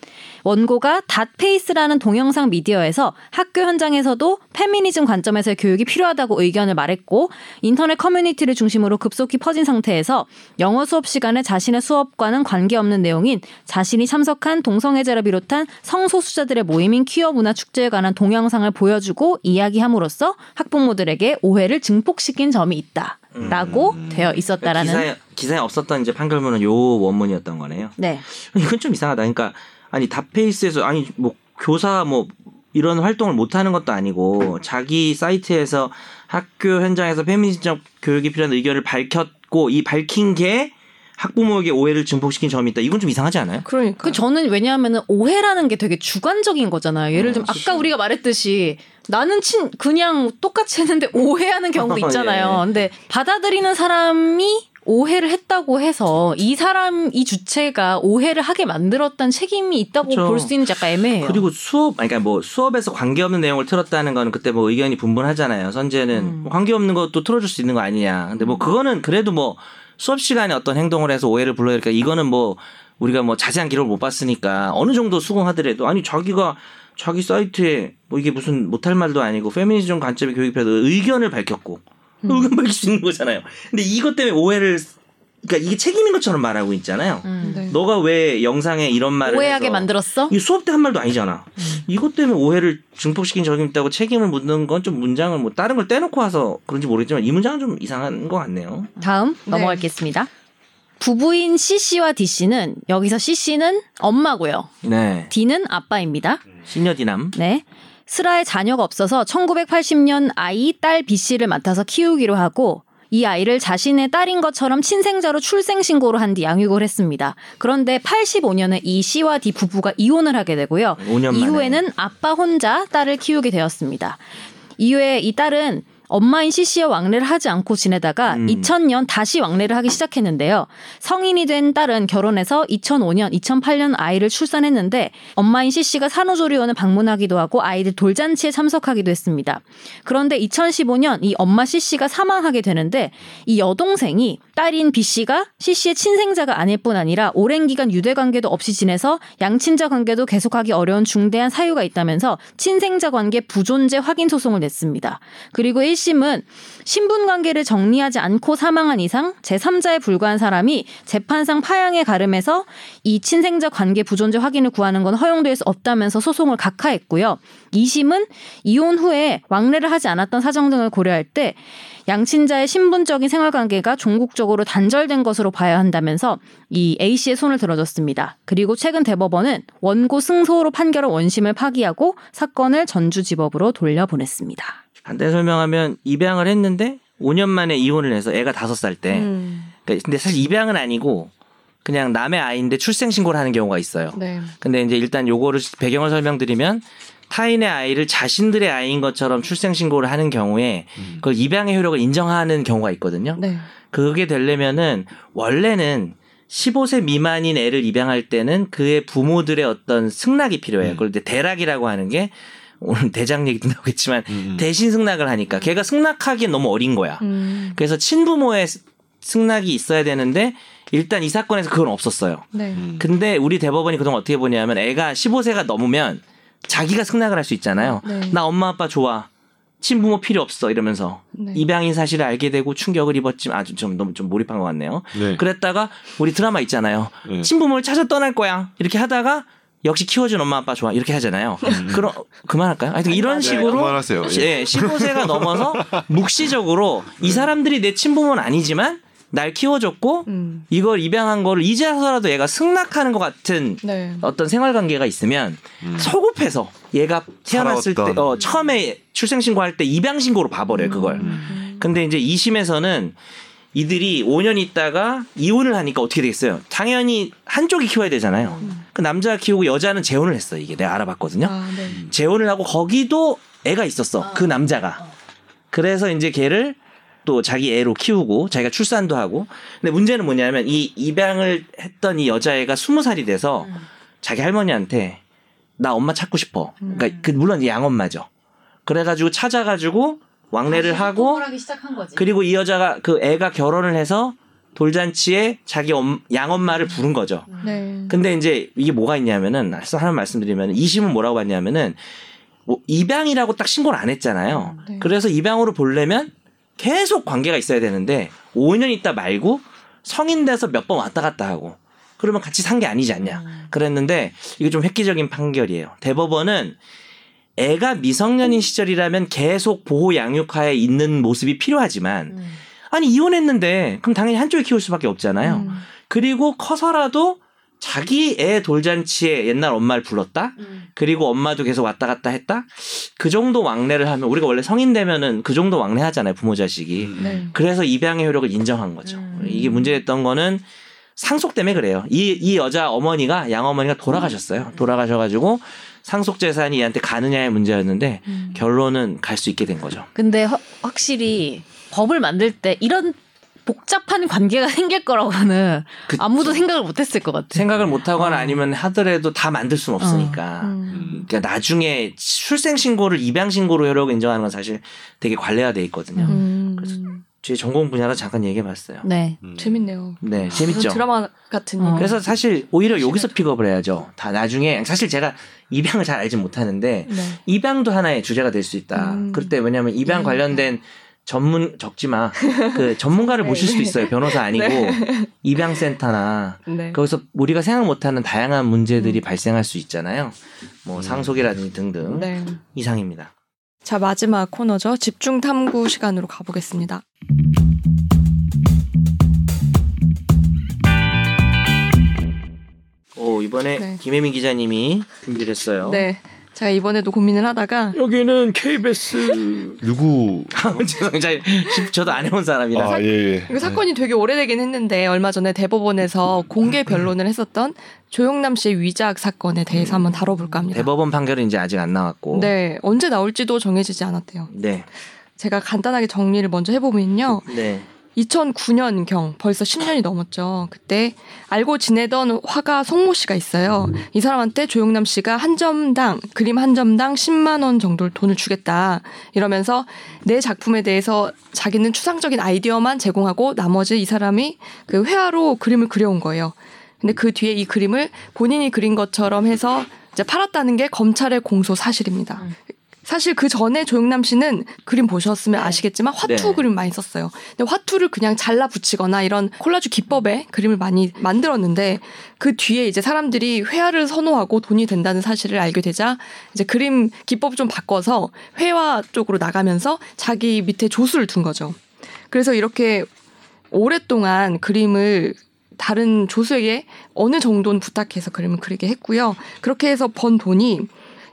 Speaker 4: 원고가 닷페이스라는 동영상 미디어에서 학교 현장에서도 페미니즘 관점에서의 교육이 필요하다고 의견을 말했고 인터넷 커뮤니티를 중심으로 급속히 퍼진 상태에서 영어 수업 시간에 자신의 수업과는 관계없는 내용인 자신이 참석한 동성애자를 비롯한 성소수자들의 모임인 퀴어 문화 축제에 관한 동영상을 보여주고 이야기함으로써 학부모들에게 오해를 증폭시킨 점이 있다. 라고
Speaker 3: 음.
Speaker 4: 되어 있었다라는
Speaker 2: 그 기사에, 기사에 없었던 이제 판결문은 요 원문이었던 거네요.
Speaker 4: 네.
Speaker 2: 이건 좀 이상하다. 그러니까 아니 다페이스에서 아니 뭐 교사 뭐 이런 활동을 못 하는 것도 아니고 자기 사이트에서 학교 현장에서 페미니즘적 교육이 필요한 의견을 밝혔고 이 밝힌 게 학부모에게 오해를 증폭시킨 점이 있다. 이건 좀 이상하지 않아요?
Speaker 1: 그러니까
Speaker 4: 그 저는 왜냐하면은 오해라는 게 되게 주관적인 거잖아요. 예를 들면
Speaker 2: 음,
Speaker 4: 아까 우리가 말했듯이 나는 친 그냥 똑같이 했는데 (laughs)
Speaker 2: (laughs)
Speaker 4: 오해하는 경우도 있잖아요.
Speaker 2: 예.
Speaker 4: 근데 받아들이는 사람이 오해를 했다고 해서 이 사람 이 주체가 오해를 하게 만들었다는 책임이 있다고
Speaker 2: 그쵸.
Speaker 4: 볼 수 있는 지 약간 애매해요.
Speaker 2: 그리고 수업, 아니, 그러니까 뭐 수업에서 관계없는 내용을 틀었다는 건 그때 뭐 의견이 분분하잖아요. 선재는
Speaker 4: 음.
Speaker 2: 뭐 관계없는 것도 틀어줄 수 있는 거 아니냐. 근데 뭐 그거는 그래도 뭐 수업 시간에 어떤 행동을 해서 오해를 불러일으켜 이거는 뭐 우리가 뭐 자세한 기록을 못 봤으니까 어느 정도 수긍하더라도 아니 자기가 자기 사이트에 뭐 이게 무슨 못할 말도 아니고 페미니즘 관점의 교육에 대해서 의견을 밝혔고
Speaker 4: 음.
Speaker 2: 의견 밝힐 수 있는 거잖아요. 근데 이것 때문에 오해를 그러니까 이게 책임인 것처럼 말하고 있잖아요.
Speaker 4: 음.
Speaker 1: 네.
Speaker 2: 너가 왜 영상에 이런 말을
Speaker 4: 오해하게
Speaker 2: 해서
Speaker 4: 만들었어?
Speaker 2: 이 수업 때 한 말도 아니잖아. 이것 때문에 오해를 증폭시킨 적이 있다고 책임을 묻는 건 좀 문장을 뭐 다른 걸 떼놓고 와서 그런지 모르겠지만 이 문장은 좀 이상한 것 같네요.
Speaker 4: 다음
Speaker 1: 네.
Speaker 4: 넘어가겠습니다. 부부인 C 씨와 D 씨는 여기서 C 씨는 엄마고요.
Speaker 2: 네.
Speaker 4: D는 아빠입니다.
Speaker 2: 신여디남.
Speaker 4: 네. 슬아의 자녀가 없어서 1980년 아이 딸 B 씨를 맡아서 키우기로 하고 이 아이를 자신의 딸인 것처럼 친생자로 출생신고를 한 뒤 양육을 했습니다. 그런데 85년에 이 C와 D 부부가 이혼을 하게 되고요.
Speaker 2: 5년 만에.
Speaker 4: 이후에는 아빠 혼자 딸을 키우게 되었습니다. 이후에 이 딸은 엄마인 씨씨와 왕래를 하지 않고 지내다가
Speaker 2: 음.
Speaker 4: 2000년 다시 왕래를 하기 시작했는데요. 성인이 된 딸은 결혼해서 2005년, 2008년 아이를 출산했는데 엄마인 씨씨가 산후조리원을 방문하기도 하고 아이들 돌잔치에 참석하기도 했습니다. 그런데 2015년 이 엄마 씨씨가 사망하게 되는데 이 여동생이 딸인 B씨가 C씨의 친생자가 아닐 뿐 아니라 오랜 기간 유대 관계도 없이 지내서 양친자 관계도 계속하기 어려운 중대한 사유가 있다면서 친생자 관계 부존재 확인 소송을 냈습니다. 그리고 1심은 신분 관계를 정리하지 않고 사망한 이상 제3자에 불과한 사람이 재판상 파양에 가름해서 이 친생자 관계 부존재 확인을 구하는 건 허용될 수 없다면서 소송을 각하했고요. 2심은 이혼 후에 왕래를 하지 않았던 사정 등을 고려할 때 양친자의 신분적인 생활관계가 종국적으로 단절된 것으로 봐야 한다면서 이 A 씨의 손을 들어줬습니다. 그리고 최근 대법원은 원고 승소로 판결한 원심을 파기하고 사건을 전주지법으로 돌려보냈습니다.
Speaker 2: 간단히 설명하면 입양을 했는데 5년 만에 이혼을 해서 애가 5살 때
Speaker 1: 음,
Speaker 2: 그러니까 근데 사실 입양은 아니고 그냥 남의 아이인데 출생 신고를 하는 경우가 있어요.
Speaker 1: 네.
Speaker 2: 근데 이제 일단 요거를 배경을 설명드리면 타인의 아이를 자신들의 아이인 것처럼 출생 신고를 하는 경우에
Speaker 3: 음.
Speaker 2: 그걸 입양의 효력을 인정하는 경우가 있거든요.
Speaker 1: 네.
Speaker 2: 그게 되려면은 원래는 15세 미만인 애를 입양할 때는 그의 부모들의 어떤 승낙이 필요해요.
Speaker 3: 음.
Speaker 2: 그걸 이제 대락이라고 하는 게 오늘 대장 얘기도 나오겠지만
Speaker 3: 음.
Speaker 2: 대신 승낙을 하니까 걔가 승낙하기엔 너무 어린 거야.
Speaker 1: 음,
Speaker 2: 그래서 친부모의 스- 승낙이 있어야 되는데 일단 이 사건에서 그건 없었어요.
Speaker 1: 네.
Speaker 3: 음.
Speaker 2: 근데 우리 대법원이 그동안 어떻게 보냐면 애가 15세가 넘으면 자기가 승낙을 할 수 있잖아요.
Speaker 1: 네.
Speaker 2: 나 엄마 아빠 좋아. 친부모 필요 없어 이러면서
Speaker 1: 네.
Speaker 2: 입양인 사실을 알게 되고 충격을 입었지만 아주 좀 너무 좀 몰입한 것 같네요.
Speaker 3: 네.
Speaker 2: 그랬다가 우리 드라마 있잖아요.
Speaker 3: 네.
Speaker 2: 친부모를 찾아 떠날 거야. 이렇게 하다가 역시 키워준 엄마 아빠 좋아. 이렇게 하잖아요.
Speaker 3: 음.
Speaker 2: 그럼 그만할까요? 하여튼 이런
Speaker 3: 네,
Speaker 2: 식으로
Speaker 3: 그만하세요. 예. 네.
Speaker 2: 예, 15세가
Speaker 3: (laughs)
Speaker 2: 넘어서 묵시적으로 이 사람들이 내 친부모는 아니지만 날 키워줬고
Speaker 1: 음,
Speaker 2: 이걸 입양한 거를 이제서라도 얘가 승낙하는 것 같은
Speaker 1: 네.
Speaker 2: 어떤 생활관계가 있으면
Speaker 3: 음.
Speaker 2: 소급해서 얘가 태어났을 때
Speaker 3: 살아왔던.
Speaker 2: 어, 처음에 출생신고할 때 입양신고로 봐버려요 네, 그걸
Speaker 1: 음,
Speaker 2: 근데 이제 2심에서는 이들이 5년 있다가 이혼을 하니까 어떻게 되겠어요 당연히 한쪽이 키워야 되잖아요 그 남자 키우고 여자는 재혼을 했어 이게 내가 알아봤거든요
Speaker 1: 아, 네.
Speaker 2: 재혼을 하고 거기도 애가 있었어. 그 남자가. 그래서 이제 걔를 또 자기 애로 키우고 자기가 출산도 하고. 근데 문제는 뭐냐면 이 입양을 했던 이 여자애가 스무 살이 돼서 자기 할머니한테 나 엄마 찾고 싶어. 그러니까 그 물론 이제 양엄마죠. 그래가지고 찾아가지고 왕래를 하고
Speaker 4: 시작한 거지.
Speaker 2: 네. 그리고 이 여자가 그 애가 결혼을 해서 돌잔치에 자기 엄- 양엄마를 부른 거죠.
Speaker 1: 네.
Speaker 2: 근데 이제 이게 뭐가 있냐면은 하나 말씀드리면 이심은 뭐라고 봤냐면은 뭐 입양이라고 딱 신고를 안 했잖아요.
Speaker 1: 네.
Speaker 2: 그래서 입양으로 보려면 계속 관계가 있어야 되는데 5년 있다 말고 성인 돼서 몇 번 왔다 갔다 하고 그러면 같이 산 게 아니지 않냐.
Speaker 1: 음.
Speaker 2: 그랬는데 이게 좀 획기적인 판결이에요. 대법원은 애가 미성년인 시절이라면 계속 보호 양육하에 있는 모습이 필요하지만
Speaker 4: 음.
Speaker 2: 아니 이혼했는데 그럼 당연히 한쪽이 키울 수밖에 없잖아요.
Speaker 1: 음,
Speaker 2: 그리고 커서라도 자기 애 돌잔치에 옛날 엄마를 불렀다.
Speaker 4: 음.
Speaker 2: 그리고 엄마도 계속 왔다 갔다 했다. 그 정도 왕래를 하면 우리가 원래 성인 되면은 그 정도 왕래 하잖아요 부모 자식이.
Speaker 3: 음.
Speaker 1: 네.
Speaker 2: 그래서 입양의 효력을 인정한 거죠.
Speaker 4: 음.
Speaker 2: 그렇죠. 이게 문제였던 거는 상속 때문에 그래요. 이 이 여자 어머니가 양 어머니가
Speaker 4: 음.
Speaker 2: 돌아가셨어요. 돌아가셔가지고 상속 재산이 얘한테 가느냐의 문제였는데
Speaker 1: 음.
Speaker 2: 결론은 갈 수 있게 된 거죠.
Speaker 4: 근데 허- 확실히 법을 만들 때 이런 복잡한 관계가 (laughs) 생길 거라고는
Speaker 2: 그-
Speaker 4: 아무도 생각을 어. 못했을 것 같아.
Speaker 2: 생각을 못 하거나 아니면 하더라도 다 만들 수는 없으니까.
Speaker 4: 어.
Speaker 1: 음,
Speaker 3: 음.
Speaker 2: 그러니까 나중에 출생 신고를 입양 신고로 효력 인정하는 건 사실 되게 관례화돼 있거든요.
Speaker 4: 음.
Speaker 1: 음,
Speaker 2: 제 전공 분야라 잠깐 얘기해봤어요.
Speaker 4: 네.
Speaker 3: 음.
Speaker 1: 재밌네요.
Speaker 2: 네,
Speaker 1: 무슨
Speaker 2: 재밌죠.
Speaker 1: 아, 드라마 같은
Speaker 4: 어.
Speaker 1: 얘기.
Speaker 2: 그래서 사실 오히려 여기서 픽업을 해야죠. 다 나중에 사실 제가 입양을 잘 알지 못하는데
Speaker 1: 네.
Speaker 2: 입양도 하나의 주제가 될 수 있다.
Speaker 1: 음.
Speaker 2: 그때 왜냐하면 입양 관련된 전문 적지 마. 그 전문가를
Speaker 1: 네,
Speaker 2: 모실 수도
Speaker 1: 네.
Speaker 2: 있어요. 변호사 아니고 입양센터나
Speaker 1: 네.
Speaker 2: 거기서 우리가 생각 못하는 다양한
Speaker 1: 음.
Speaker 2: 문제들이 발생할 수 있잖아요. 뭐 상속이라든지 등등
Speaker 1: 네.
Speaker 2: 이상입니다.
Speaker 1: 자 마지막 코너죠. 집중 탐구 시간으로 가보겠습니다.
Speaker 2: 오 이번에
Speaker 1: 네.
Speaker 2: 김혜민 기자님이 준비를 했어요.
Speaker 1: 네. 제가 이번에도 고민을 하다가
Speaker 2: 여기는 KBS.
Speaker 3: 누구?
Speaker 2: 음. (laughs) 죄송해요. 잘- 저도 안 해본 사람이라.
Speaker 3: 아, 예, 예.
Speaker 2: 네.
Speaker 1: 이거 사건이 되게 오래되긴 했는데 얼마 전에 대법원에서 공개 변론을 했었던 조영남 씨의 위작 사건에 대해서 한번
Speaker 3: 예.
Speaker 1: 다뤄볼까 네. 합니다.
Speaker 2: 대법원 판결은 이제 아직 안 나왔고.
Speaker 1: 네, 언제 나올지도 정해지지 않았대요.
Speaker 2: 네.
Speaker 1: 제가 간단하게 정리를 먼저 해보면요.
Speaker 2: 네.
Speaker 1: 2009년경 벌써 10년이 넘었죠. 그때 알고 지내던 화가 송모 씨가 있어요. 이 사람한테 조용남 씨가 한 점당 그림 한 점당 10만 원 정도를 돈을 주겠다. 이러면서 내 작품에 대해서 자기는 추상적인 아이디어만 제공하고 나머지 이 사람이 그 회화로 그림을 그려온 거예요. 근데 그 뒤에 이 그림을 본인이 그린 것처럼 해서 이제 팔았다는 게 검찰의 공소 사실입니다.
Speaker 4: 음.
Speaker 1: 사실 그 전에 조영남 씨는 그림 보셨으면
Speaker 4: 네.
Speaker 1: 아시겠지만 화투
Speaker 2: 네.
Speaker 1: 그림 많이 썼어요. 근데 화투를 그냥 잘라 붙이거나 이런 콜라주 기법의 그림을 많이 만들었는데 그 뒤에 이제 사람들이 회화를 선호하고 돈이 된다는 사실을 알게 되자 이제 그림 기법 좀 바꿔서 회화 쪽으로 나가면서 자기 밑에 조수를 둔 거죠. 그래서 이렇게 오랫동안 그림을 다른 조수에게 어느 정도는 부탁해서 그림을 그리게 했고요. 그렇게 해서 번 돈이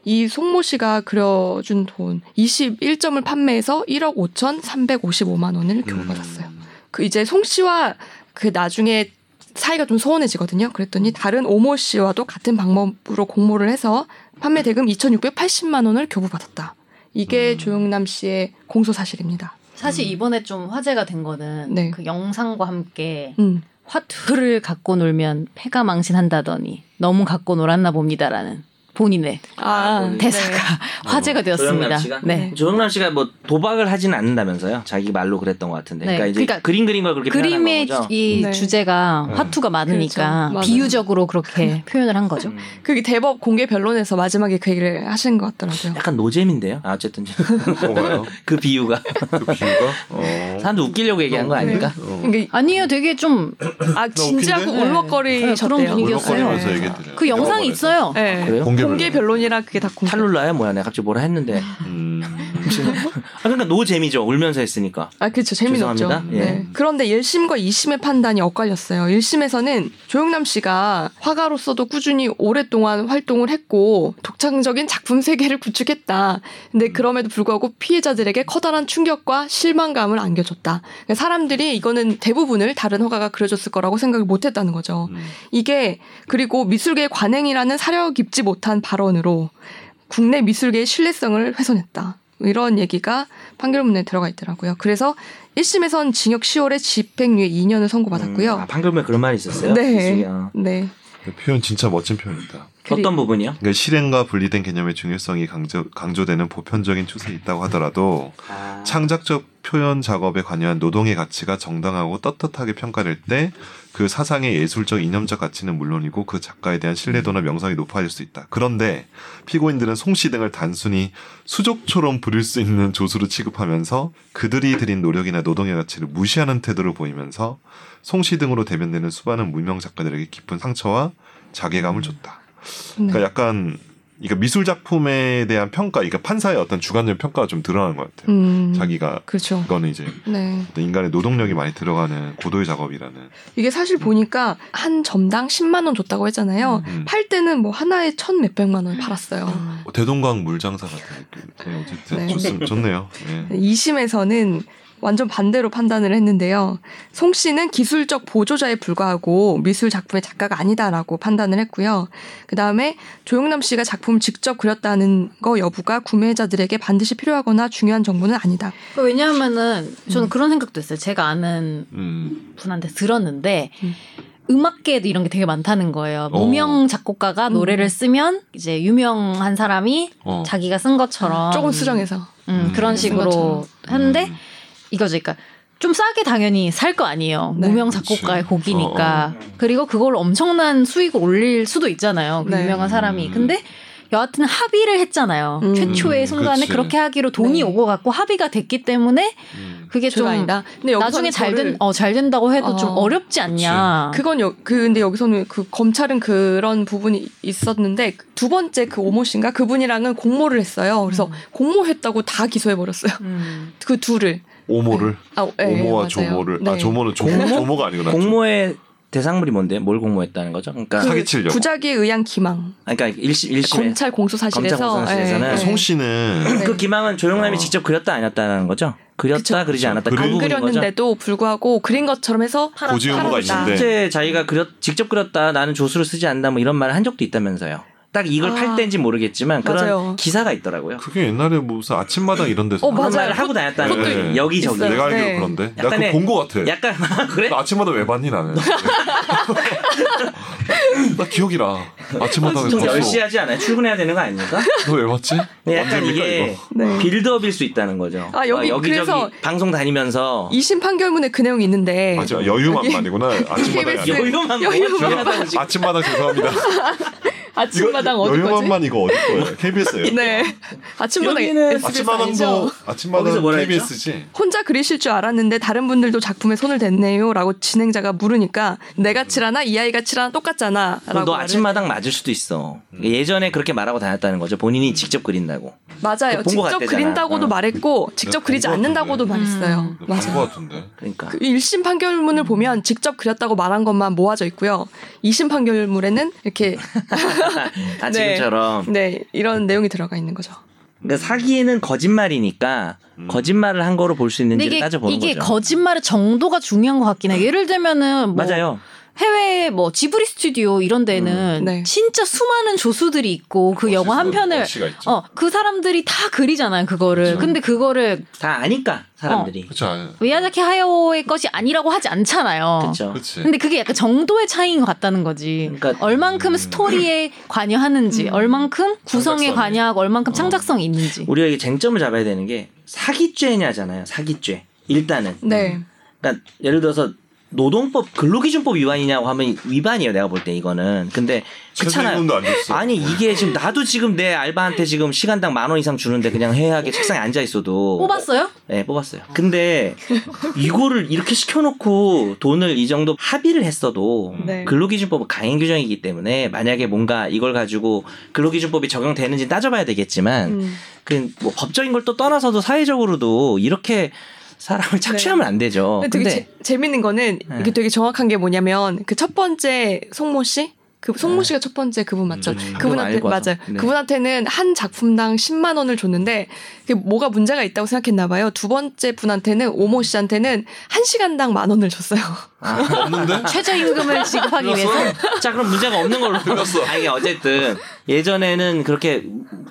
Speaker 1: 이 송모 씨가 그려준 돈 21점을 판매해서 1억 5,355만 원을
Speaker 3: 음.
Speaker 1: 겨우 받았어요. 그 이제 송 씨와 그 나중에 사이가 좀 소원해지거든요. 그랬더니 다른 오모 씨와도 같은 방법으로 공모를 해서 판매 대금 2,680만 원을 교부받았다. 이게
Speaker 3: 음.
Speaker 1: 조용남 씨의 공소 사실입니다.
Speaker 4: 사실
Speaker 2: 음.
Speaker 4: 이번에 좀 화제가 된 거는
Speaker 1: 네.
Speaker 4: 그 영상과 함께
Speaker 1: 음.
Speaker 4: 화투를 갖고 놀면 폐가 망신한다더니 너무 갖고 놀았나 봅니다라는 본인의
Speaker 1: 아,
Speaker 2: 네.
Speaker 4: 대사가 (laughs) 화제가 되었습니다.
Speaker 2: 조영남 씨가?
Speaker 4: 네.
Speaker 2: 조영남 씨가 뭐 도박을 하진 않는다면서요? 자기 말로 그랬던 것 같은데.
Speaker 4: 네,
Speaker 2: 그러니까 이제
Speaker 4: 그러니까
Speaker 2: 그림 그린 걸 그렇게 표현한
Speaker 4: 그림의
Speaker 2: 거죠. 음.
Speaker 4: 이
Speaker 1: 네.
Speaker 4: 주제가
Speaker 2: 네.
Speaker 4: 화투가 많으니까
Speaker 1: 그렇죠. 맞아요.
Speaker 4: 비유적으로 그렇게 표현을 한 거죠.
Speaker 2: 음.
Speaker 1: 그게 대법 공개 변론에서 마지막에 그 얘기를 하신 것 같더라고요.
Speaker 2: 약간 노잼인데요. 아, 어쨌든
Speaker 3: 뭐가요?
Speaker 2: (laughs) 그 비유가
Speaker 3: 그 비유가? 어.
Speaker 2: 사람들 웃기려고 얘기한 거 아닐까?
Speaker 3: 어.
Speaker 1: 그러니까
Speaker 4: 아니에요, 되게 좀
Speaker 1: 아 진지하고
Speaker 4: 웃긴데? 네, 그런
Speaker 1: 울먹거리셨대요.
Speaker 4: 분위기였어요.
Speaker 3: 울먹거리면서 얘기해 아, 드려요.
Speaker 4: 그 영상이
Speaker 3: 영화관에서.
Speaker 4: 있어요.
Speaker 1: 네.
Speaker 2: 그래요?
Speaker 3: 공개
Speaker 1: 공개 변론이라 그게 다 공개.
Speaker 2: 탈룰라야 뭐야? 내가 갑자기 뭐라 했는데.
Speaker 3: 음.
Speaker 2: (laughs) 아, 그러니까 노잼이죠. 울면서 했으니까.
Speaker 1: 아, 그렇죠. 재미없죠.
Speaker 2: 죄송합니다.
Speaker 3: 예.
Speaker 1: 네. 그런데 1심과 2심의 판단이 엇갈렸어요. 1심에서는 조영남 씨가 화가로서도 꾸준히 오랫동안 활동을 했고 독창적인 작품 세계를 구축했다. 근데
Speaker 2: 음.
Speaker 1: 그럼에도 불구하고 피해자들에게 커다란 충격과 실망감을 안겨줬다. 그러니까 사람들이 이거는 대부분을 다른 화가가 그려줬을 거라고 생각을 못했다는 거죠.
Speaker 3: 음.
Speaker 1: 이게 그리고 미술계의 관행이라는 사려 깊지 못한 발언으로 국내 미술계의 신뢰성을 훼손했다. 이런 얘기가 판결문에 들어가 있더라고요. 그래서 1심에선 징역 10월에 집행유예 2년을 선고받았고요.
Speaker 2: 음, 아, 판결문에 그런 말이 있었어요?
Speaker 1: 네.
Speaker 2: 이쪽에, 어.
Speaker 1: 네.
Speaker 3: 그 표현 진짜 멋진 표현이다.
Speaker 1: 그리-
Speaker 2: 어떤 부분이요?
Speaker 3: 그러니까 실행과 분리된 개념의 중요성이 강조, 강조되는 보편적인 추세 있다고 하더라도
Speaker 2: 아,
Speaker 3: 창작적 표현 작업에 관여한 노동의 가치가 정당하고 떳떳하게 평가될 때 그 사상의 예술적 이념적 가치는 물론이고 그 작가에 대한 신뢰도나 명성이 높아질 수 있다. 그런데 피고인들은 송씨 등을 단순히 수족처럼 부릴 수 있는 조수로 취급하면서 그들이 들인 노력이나 노동의 가치를 무시하는 태도를 보이면서 송씨 등으로 대변되는 수많은 무명 작가들에게 깊은 상처와 자괴감을 줬다.
Speaker 1: 네.
Speaker 3: 그러니까 약간 그러니까 미술 작품에 대한 평가, 그러니까 판사의 어떤 주관적인 평가가 좀 드러나는 것 같아요.
Speaker 1: 음,
Speaker 3: 자기가
Speaker 1: 그렇죠.
Speaker 3: 이거는 이제
Speaker 1: 네.
Speaker 3: 어떤 인간의 노동력이 많이 들어가는 고도의 작업이라는.
Speaker 1: 이게 사실 보니까 한 점당 10만 원 줬다고 했잖아요.
Speaker 3: 음.
Speaker 1: 팔 때는 뭐 하나에 천 몇백만 원 팔았어요.
Speaker 2: 음.
Speaker 3: 어, 대동강 물장사 같은 느낌. 네, 어쨌든
Speaker 1: 네.
Speaker 3: 좋습, 좋네요. 네.
Speaker 1: 2심에서는 완전 반대로 판단을 했는데요. 송 씨는 기술적 보조자에 불과하고 미술 작품의 작가가 아니다라고 판단을 했고요. 그 다음에 조영남 씨가 작품을 직접 그렸다는 거 여부가 구매자들에게 반드시 필요하거나 중요한 정보는 아니다.
Speaker 4: 그 왜냐하면은 저는
Speaker 1: 음.
Speaker 4: 그런 생각도 했어요. 제가 아는
Speaker 3: 음.
Speaker 4: 분한테 들었는데
Speaker 1: 음.
Speaker 4: 음악계에도 이런 게 되게 많다는 거예요.
Speaker 2: 어.
Speaker 3: 오.
Speaker 4: 무명 작곡가가
Speaker 1: 음.
Speaker 4: 노래를 쓰면 이제 유명한 사람이
Speaker 3: 어.
Speaker 4: 자기가 쓴 것처럼
Speaker 1: 조금 수정해서.
Speaker 4: 음,
Speaker 3: 음.
Speaker 4: 그런 식으로
Speaker 1: 것처럼.
Speaker 4: 하는데
Speaker 3: 음.
Speaker 4: 이거죠. 그러니까 좀 싸게 당연히 살 거 아니에요.
Speaker 1: 네. 그렇죠.
Speaker 4: 무명 작곡가의
Speaker 3: 그치.
Speaker 4: 곡이니까.
Speaker 2: 어.
Speaker 4: 그리고 그걸 엄청난 수익을 올릴 수도 있잖아요. 그
Speaker 1: 네.
Speaker 4: 유명한 사람이.
Speaker 3: 음.
Speaker 4: 근데 여하튼 합의를 했잖아요.
Speaker 1: 음.
Speaker 4: 최초의
Speaker 3: 음,
Speaker 4: 순간에
Speaker 3: 그치.
Speaker 4: 그렇게 하기로 돈이
Speaker 1: 네.
Speaker 4: 오고 갔고 합의가 됐기 때문에
Speaker 3: 음.
Speaker 4: 그게 좀
Speaker 1: 죄가 아니다. 근데 여기서는
Speaker 4: 나중에 잘,
Speaker 1: 저를-
Speaker 4: 된, 어, 잘 된다고 해도 좀
Speaker 1: 어.
Speaker 4: 어렵지 않냐.
Speaker 1: 그건 여, 그 근데 여기서는 그 검찰은 그런 부분이 있었는데 두 번째 그 오모 씨인가 그분이랑은 공모를 했어요. 그래서
Speaker 4: 음.
Speaker 1: 공모했다고 다 기소해 버렸어요.
Speaker 4: 음.
Speaker 1: 그 둘을
Speaker 3: 오모를
Speaker 1: 아, 예,
Speaker 3: 오모와
Speaker 1: 맞아요.
Speaker 3: 조모를 아
Speaker 1: 네.
Speaker 3: 조모는 조모
Speaker 2: 공모?
Speaker 3: 조모가 아니구나.
Speaker 2: 공모의 대상물이 뭔데? 뭘 공모했다는 거죠? 그러니까,
Speaker 3: 사기 치려고.
Speaker 1: 부작위에 의한 기망.
Speaker 2: 아, 그러니까 일심, 일심에.
Speaker 1: 검찰 공소사실에서
Speaker 2: 검찰 공소사실에서는
Speaker 1: 예, 예.
Speaker 3: 송 씨는
Speaker 1: 네.
Speaker 2: 그 기망은 조영남이
Speaker 3: 어.
Speaker 2: 직접 그렸다 안 했다는 거죠? 그렸다
Speaker 1: 그쵸.
Speaker 2: 그리지
Speaker 3: 그쵸.
Speaker 2: 않았다 그
Speaker 3: 그림-
Speaker 1: 안
Speaker 2: 부분인 거죠?
Speaker 1: 그렸는데도 불구하고 그린 것처럼 해서
Speaker 3: 고지
Speaker 1: 팔았다.
Speaker 3: 유무가 있는데
Speaker 2: 실제 자기가 그렸 직접 그렸다 나는 조수를 쓰지 않는다 뭐 이런 말을 한 적도 있다면서요. 딱 이걸
Speaker 1: 아,
Speaker 2: 팔 때인지 모르겠지만 그런
Speaker 1: 맞아요.
Speaker 2: 기사가 있더라고요.
Speaker 3: 그게 옛날에 무슨 아침마당 이런 데서
Speaker 1: 어,
Speaker 2: 그런
Speaker 1: 맞아요.
Speaker 2: 말을 하고 다녔다는
Speaker 3: 그것도
Speaker 2: 거예요.
Speaker 3: 있-
Speaker 2: 여기저기.
Speaker 1: 있어요.
Speaker 3: 내가 알기로
Speaker 1: 네.
Speaker 3: 그런데 나
Speaker 2: 약간의-
Speaker 3: 그거 본거 같아.
Speaker 2: 약간 그래?
Speaker 3: 나 아침마다 왜 봤니 나는? 나 기억이 나. 아침마다 왜
Speaker 2: 좀
Speaker 3: 봤어?
Speaker 2: 10시 하지 않아요? 출근해야 되는 거 아닙니까?
Speaker 3: 너 왜 봤지?
Speaker 2: 네, 약간
Speaker 3: 언제입니까,
Speaker 2: 이게
Speaker 3: 이거?
Speaker 1: 네.
Speaker 2: 빌드업일 수 있다는 거죠. 어,
Speaker 1: 아, 여기 그래서-
Speaker 2: 여기저기 방송 다니면서
Speaker 1: 이심 판결문에 그 내용이 있는데
Speaker 3: 맞아 여유만만이구나. 아침마다
Speaker 1: KBS.
Speaker 3: 여유.
Speaker 2: 여유만
Speaker 1: 여유만.
Speaker 2: 뭐가 중요하다고 지금
Speaker 3: 아침마다 죄송합니다.
Speaker 1: 아침마당
Speaker 3: 이거
Speaker 1: 어디 거지?
Speaker 3: 여유만만 이거 어디 거예요?
Speaker 1: (laughs)
Speaker 3: KBS예요.
Speaker 1: 네. 아침마당
Speaker 2: 여기는
Speaker 1: SBS 아니죠?
Speaker 3: 아침마당도
Speaker 2: 거기서
Speaker 3: 아침마당
Speaker 2: 뭐라 했죠?
Speaker 3: KBS지.
Speaker 1: 혼자 그리실 줄 알았는데 다른 분들도 작품에 손을 댔네요라고 진행자가 물으니까 내가 칠하나 이 아이가 칠하나 똑같잖아라고
Speaker 2: 너
Speaker 1: 말을-
Speaker 2: 아침마당 맞을 수도 있어. 그러니까 예전에 그렇게 말하고 다녔다는 거죠. 본인이 직접 그린다고.
Speaker 1: 맞아요
Speaker 2: 그거 본것
Speaker 1: 직접
Speaker 2: 같대잖아.
Speaker 1: 그린다고도
Speaker 2: 어.
Speaker 1: 말했고 직접
Speaker 3: 네, 본것
Speaker 1: 그리지 않는다고도
Speaker 4: 같은데.
Speaker 1: 말했어요
Speaker 4: 음.
Speaker 1: 맞아요
Speaker 3: 본거 같은데.
Speaker 2: 그러니까 (laughs)
Speaker 1: 그 1심 판결문을 보면 직접 그렸다고 말한 것만 모아져 있고요 2심 판결문에는
Speaker 2: (laughs)
Speaker 1: 이렇게
Speaker 2: 아
Speaker 1: 네.
Speaker 2: 지금처럼
Speaker 1: 네 이런 내용이 들어가 있는 거죠
Speaker 2: 그러니까 사기에는 거짓말이니까
Speaker 3: 음.
Speaker 2: 거짓말을 한 거로 볼 수
Speaker 4: 근데
Speaker 2: 있는지 를
Speaker 4: 이게,
Speaker 2: 따져보는
Speaker 4: 이게
Speaker 2: 거죠. 음.
Speaker 4: 거짓말의 정도가 중요한 것 같긴 해. 예를 들면은 뭐
Speaker 2: 맞아요.
Speaker 4: 해외 뭐 지브리 스튜디오 이런 데는
Speaker 1: 음, 네.
Speaker 4: 진짜 수많은 조수들이 있고 그 영화 한 편을
Speaker 3: 어.
Speaker 4: 어 그 사람들이 다 그리잖아요 그거를. 근데 그거를
Speaker 2: 다 아니까 사람들이.
Speaker 3: 그렇지.
Speaker 4: 미야자키 하야오의 것이 아니라고 하지 않잖아요.
Speaker 2: 그렇죠.
Speaker 3: 그렇지.
Speaker 4: 근데 그게 약간 정도의 차이인 것 같다는 거지.
Speaker 2: 그러니까-
Speaker 4: 얼만큼 스토리에 관여하는지,
Speaker 1: 음.
Speaker 4: 얼만큼 구성에
Speaker 3: 창작성이.
Speaker 4: 관여하고, 얼만큼 창작성이 있는지.
Speaker 2: 우리가 이게 쟁점을 잡아야 되는 게 사기죄냐잖아요. 사기죄. 일단은.
Speaker 1: 네
Speaker 2: 그러니까 예를 들어서 노동법 근로기준법 위반이냐고 하면 위반이에요. 내가 볼 때 이거는. 근데 그렇잖아요.
Speaker 3: 최저임금도 안 줬어.
Speaker 2: 아니 이게 지금 나도 지금 내 알바한테 지금 시간당 만 원 이상 주는데 그냥 해하게 책상에 앉아 있어도
Speaker 4: 뽑았어요?
Speaker 2: 네, 뽑았어요. 근데 이거를 이렇게 시켜놓고 돈을 이 정도 합의를 했어도
Speaker 1: 네.
Speaker 2: 근로기준법은 강행 규정이기 때문에 만약에 뭔가 이걸 가지고 근로기준법이 적용되는지 따져봐야 되겠지만
Speaker 1: 음.
Speaker 2: 그뭐 법적인 걸 또 떠나서도 사회적으로도 이렇게 사람을 착취하면 안 되죠.
Speaker 1: 네. 근데 되게
Speaker 2: 어, 근데
Speaker 1: 재- 재밌는 거는 이게
Speaker 2: 네.
Speaker 1: 되게 정확한 게 뭐냐면 그 첫 번째 송모 씨? 그 송모 씨가 첫 번째 그분 맞죠?
Speaker 2: 네. 음,
Speaker 1: 그분한테
Speaker 2: 음. 그분 알고 와서.
Speaker 1: 맞아요.
Speaker 2: 네.
Speaker 1: 그분한테는 한 작품당 10만 원을 줬는데 그게 뭐가 문제가 있다고 생각했나 봐요. 두 번째 분한테는 오모 씨한테는 한 시간당 만 원을 줬어요.
Speaker 3: 없는데?
Speaker 4: 최저임금을 지급하기 위해서?
Speaker 2: 자 그럼 문제가 없는
Speaker 3: (laughs)
Speaker 2: 걸로
Speaker 3: 틀렸어.
Speaker 2: 아니 어쨌든 예전에는 그렇게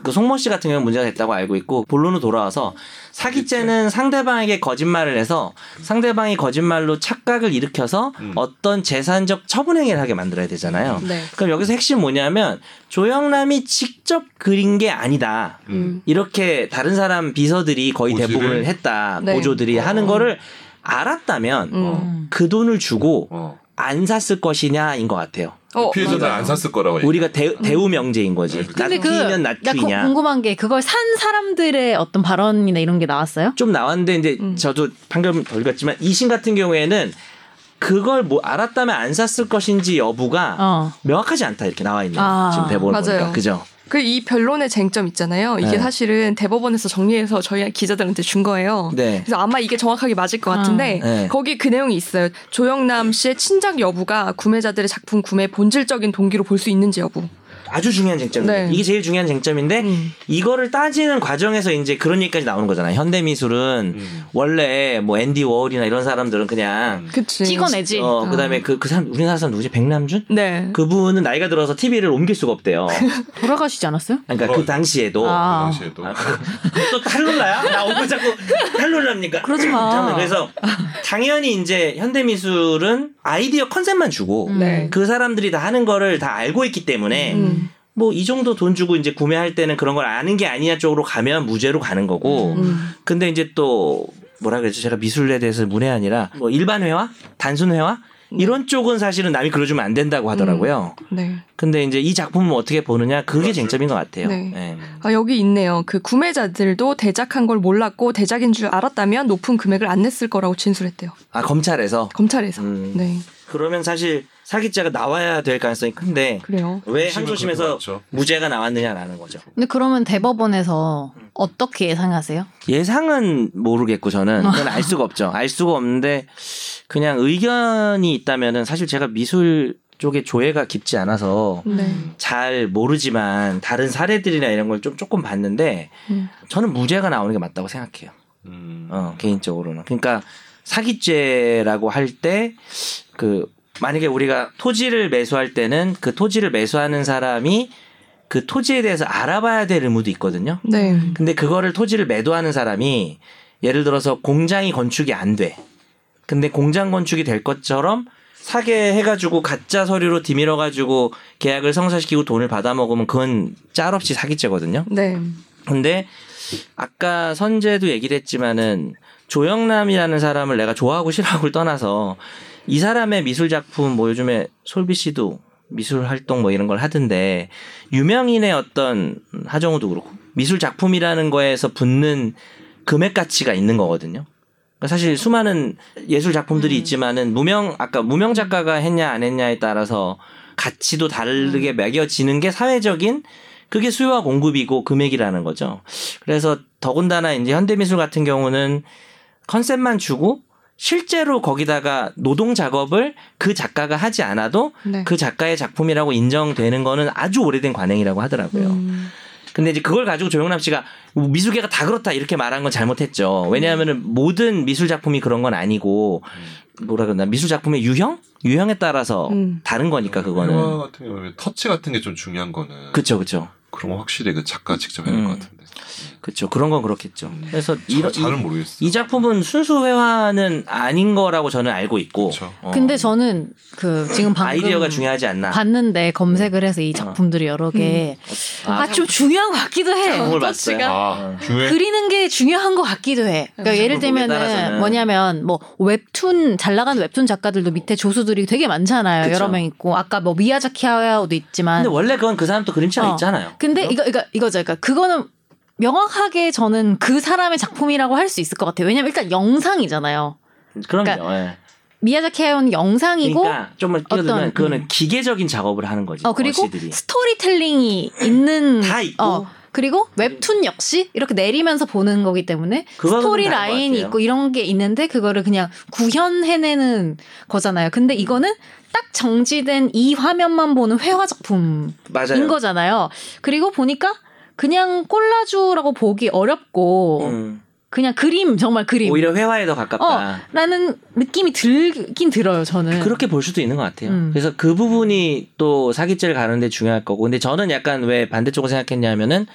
Speaker 2: 그 송모 씨 같은 경우 는 문제가 됐다고 알고 있고 본론으로 돌아와서 사기죄는 상대방에게 거짓말을 해서 상대방이 거짓말로 착각을 일으켜서
Speaker 3: 음.
Speaker 2: 어떤 재산적 처분행위를 하게 만들어야 되잖아요.
Speaker 1: 네.
Speaker 2: 그럼 여기서 핵심 뭐냐면 조영남이 직접 그린 게 아니다.
Speaker 1: 음.
Speaker 2: 이렇게 다른 사람 비서들이 거의
Speaker 3: 고지를?
Speaker 2: 대부분을 했다.
Speaker 1: 네.
Speaker 2: 보조들이
Speaker 3: 어.
Speaker 2: 하는 거를 알았다면
Speaker 1: 음.
Speaker 2: 그 돈을 주고
Speaker 3: 어.
Speaker 2: 안 샀을 것이냐인 것 같아요.
Speaker 1: 어,
Speaker 3: 피해자는
Speaker 1: 맞아요.
Speaker 3: 안 샀을 거라고.
Speaker 2: 우리가 대, 대우 명제인
Speaker 3: 음.
Speaker 2: 거지.
Speaker 4: 근데 그,
Speaker 2: 낫기면
Speaker 4: 나 거-
Speaker 2: 낫기냐.
Speaker 4: 궁금한 게, 그걸 산 사람들의 어떤 발언이나 이런 게 나왔어요?
Speaker 2: 좀 나왔는데 이제
Speaker 1: 음.
Speaker 2: 저도 방금 덜 읽었지만 이심 같은 경우에는 그걸 뭐 알았다면 안 샀을 것인지 여부가
Speaker 4: 어.
Speaker 2: 명확하지 않다 이렇게 나와 있는
Speaker 4: 아,
Speaker 2: 지금 대본을
Speaker 1: 맞아요.
Speaker 2: 보니까 그죠.
Speaker 1: 그 이 변론의 쟁점 있잖아요. 이게
Speaker 2: 네.
Speaker 1: 사실은 대법원에서 정리해서 저희 기자들한테 준 거예요.
Speaker 2: 네.
Speaker 1: 그래서 아마 이게 정확하게 맞을 것 같은데
Speaker 2: 아. 네.
Speaker 1: 거기 그 내용이 있어요. 조영남 씨의 친작 여부가 구매자들의 작품 구매 본질적인 동기로 볼 수 있는지 여부.
Speaker 2: 아주 중요한 쟁점이에요.
Speaker 1: 네.
Speaker 2: 이게 제일 중요한 쟁점인데
Speaker 1: 음.
Speaker 2: 이거를 따지는 과정에서 이제 그런 얘기까지 나오는 거잖아요. 현대 미술은
Speaker 3: 음.
Speaker 2: 원래 뭐 앤디 워홀이나 이런 사람들은 그냥
Speaker 1: 그치.
Speaker 4: 찍어내지.
Speaker 2: 어 그다음에 그 그 사람 우리나라 사람 누구지? 백남준?
Speaker 1: 네.
Speaker 2: 음? 그분은 나이가 들어서 TV를 옮길 수가 없대요.
Speaker 4: 어. 돌아가시지 않았어요?
Speaker 2: 그러니까
Speaker 3: 돌아가죠.
Speaker 2: 그 당시에도
Speaker 4: 아.
Speaker 3: 당시에도
Speaker 2: 아, 또 탈룰라야? 나 오늘 자꾸 탈룰라입니까?
Speaker 4: 그러지 마.
Speaker 2: 잠깐만, 음. 그래서 당연히 이제 현대미술은 아이디어 컨셉만 주고
Speaker 4: 음.
Speaker 1: 네.
Speaker 2: 그 사람들이 다 하는 거를 다 알고 있기 때문에
Speaker 1: 음.
Speaker 2: 뭐 이 정도 돈 주고 이제 구매할 때는 그런 걸 아는 게 아니냐 쪽으로 가면 무죄로 가는 거고
Speaker 1: 음.
Speaker 2: 근데 이제 또 뭐라 그랬죠? 제가 미술에 대해서 문외한이라 뭐 일반 회화? 단순 회화? 이런 쪽은 사실은 남이 그려주면 안 된다고 하더라고요.
Speaker 1: 네.
Speaker 2: 근데 이제 이 작품을 어떻게 보느냐 그게 쟁점인 것 같아요.
Speaker 1: 네.
Speaker 2: 예.
Speaker 1: 아, 여기 있네요. 그 구매자들도 대작한 걸 몰랐고 대작인 줄 알았다면 높은 금액을 안 냈을 거라고 진술했대요.
Speaker 2: 아 검찰에서
Speaker 1: 검찰에서.
Speaker 2: 음.
Speaker 1: 네.
Speaker 2: 그러면 사실 사기죄가 나와야 될 가능성이 큰데
Speaker 1: 그래요.
Speaker 2: 왜
Speaker 3: 핵심은 그게
Speaker 2: 항소심에서
Speaker 3: 맞죠.
Speaker 2: 무죄가 나왔느냐라는 거죠.
Speaker 4: 근데 그러면 대법원에서 어떻게 예상하세요?
Speaker 2: 예상은
Speaker 1: (laughs)
Speaker 2: 모르겠고 저는 그건 알 수가 없죠. 알 수가 없는데 그냥 의견이 있다면은 사실 제가 미술 쪽에 조예가 깊지 않아서
Speaker 1: 네.
Speaker 2: 잘 모르지만 다른 사례들이나 이런 걸 좀 조금 봤는데
Speaker 1: 음.
Speaker 2: 저는 무죄가 나오는 게 맞다고 생각해요.
Speaker 3: 음.
Speaker 2: 어, 개인적으로는. 그러니까 사기죄라고 할 때 그 만약에 우리가 토지를 매수할 때는 그 토지를 매수하는 사람이 그 토지에 대해서 알아봐야 될 의무도 있거든요.
Speaker 1: 네.
Speaker 2: 근데 그거를 토지를 매도하는 사람이 예를 들어서 공장이 건축이 안 돼. 근데 공장 건축이 될 것처럼 사게 해가지고 가짜 서류로 디밀어가지고 계약을 성사시키고 돈을 받아먹으면 그건 짤없이 사기죄거든요.
Speaker 1: 네.
Speaker 2: 근데 아까 선재도 얘기를 했지만은 조영남이라는 사람을 내가 좋아하고 싫어하고를 떠나서 이 사람의 미술 작품 뭐 요즘에 솔비 씨도 미술 활동 뭐 이런 걸 하던데 유명인의 어떤 하정우도 그렇고 미술 작품이라는 거에서 붙는 금액 가치가 있는 거거든요. 그러니까 사실 수많은 예술 작품들이
Speaker 4: 음.
Speaker 2: 있지만은 무명 아까 무명 작가가 했냐 안 했냐에 따라서 가치도 다르게 매겨지는 게 사회적인 그게 수요와 공급이고 금액이라는 거죠. 그래서 더군다나 이제 현대미술 같은 경우는 컨셉만 주고 실제로 거기다가 노동 작업을 그 작가가 하지 않아도
Speaker 1: 네.
Speaker 2: 그 작가의 작품이라고 인정되는 거는 아주 오래된 관행이라고 하더라고요.
Speaker 1: 음.
Speaker 2: 근데 이제 그걸 가지고 조영남 씨가 미술계가 다 그렇다 이렇게 말한 건 잘못했죠. 왜냐하면은 모든 미술 작품이 그런 건 아니고 뭐라 그러나 미술 작품의 유형? 유형에 따라서
Speaker 1: 음.
Speaker 2: 다른 거니까
Speaker 3: 영화
Speaker 2: 그거는.
Speaker 3: 같은 경우는 터치 같은 게 좀 중요한 거는
Speaker 2: 그렇죠, 그렇죠,
Speaker 3: 그런 건 확실히 그 작가 직접 해야 될 것
Speaker 2: 음.
Speaker 3: 같은데
Speaker 2: 그렇죠. 그런 건 그렇겠죠. 그래서 이런
Speaker 3: 음. 잘, 은 모르겠어요.
Speaker 2: 이 작품은 순수 회화는 아닌 거라고 저는 알고 있고.
Speaker 3: 그쵸.
Speaker 2: 어,
Speaker 4: 근데 저는 그 지금 방금
Speaker 2: 아이디어가 중요하지 않나.
Speaker 4: 봤는데 검색을 해서 이 작품들이 여러 개.
Speaker 2: 어. 아,
Speaker 4: 아, 좀 중요한 것 같기도 해.
Speaker 2: 작품을
Speaker 1: 터치가-
Speaker 2: 봤어요.
Speaker 3: 아 중요해.
Speaker 4: 그리는 게 중요한 것 같기도 해. 그러니까
Speaker 1: 작품에
Speaker 4: 예를 들면은
Speaker 2: 따라서는.
Speaker 4: 뭐냐면 뭐 웹툰 잘 나가는 웹툰 작가들도 밑에 조수들이 되게 많잖아요.
Speaker 2: 그쵸.
Speaker 4: 여러 명 있고 아까 뭐 미야자키 하야오도 있지만
Speaker 3: 아.
Speaker 2: 근데 원래 그건 그 사람 또 그림체 안
Speaker 4: 어.
Speaker 2: 있잖아요.
Speaker 4: 근데 이거 이거 이거죠. 그러니까 그거는 명확하게 저는 그 사람의 작품이라고 할 수 있을 것 같아요. 왜냐면 일단 영상이잖아요.
Speaker 2: 그럼요.
Speaker 4: 그러니까-
Speaker 2: 예.
Speaker 4: 미야자키 하야오는 영상이고
Speaker 2: 그러니까 좀 끼어들면
Speaker 4: 어떤- 음.
Speaker 2: 그거는 기계적인 작업을 하는 거지.
Speaker 4: 어 그리고
Speaker 2: 어시들이.
Speaker 4: 스토리텔링이 있는
Speaker 2: (laughs) 다 있고.
Speaker 4: 어, 그리고 웹툰 역시 이렇게 내리면서 보는 거기 때문에
Speaker 2: 그거는
Speaker 4: 스토리
Speaker 2: 다른 것
Speaker 4: 라인이
Speaker 2: 같아요.
Speaker 4: 있고 이런 게 있는데 그거를 그냥 구현해내는 거잖아요.
Speaker 2: 음.
Speaker 4: 근데 이거는 딱 정지된 이 화면만 보는 회화 작품인
Speaker 2: 맞아요.
Speaker 4: 거잖아요. 그리고 보니까 그냥 콜라주라고 보기 어렵고
Speaker 2: 음,
Speaker 4: 그냥 그림 정말 그림
Speaker 2: 오히려 회화에 더 가깝다.
Speaker 4: 어. 라는 느낌이 들긴 들어요. 저는
Speaker 2: 그렇게 볼 수도 있는 것 같아요.
Speaker 4: 음.
Speaker 2: 그래서 그 부분이 또 사기죄를 가는데 중요할 거고, 근데 저는 약간 왜 반대쪽으로 생각했냐면은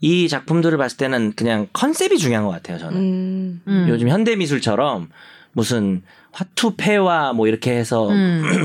Speaker 2: 이 작품들을 봤을 때는 그냥 컨셉이 중요한 것 같아요. 저는
Speaker 1: 음.
Speaker 4: 음.
Speaker 2: 요즘 현대 미술처럼 무슨 화투패와 뭐 이렇게 해서
Speaker 4: 음.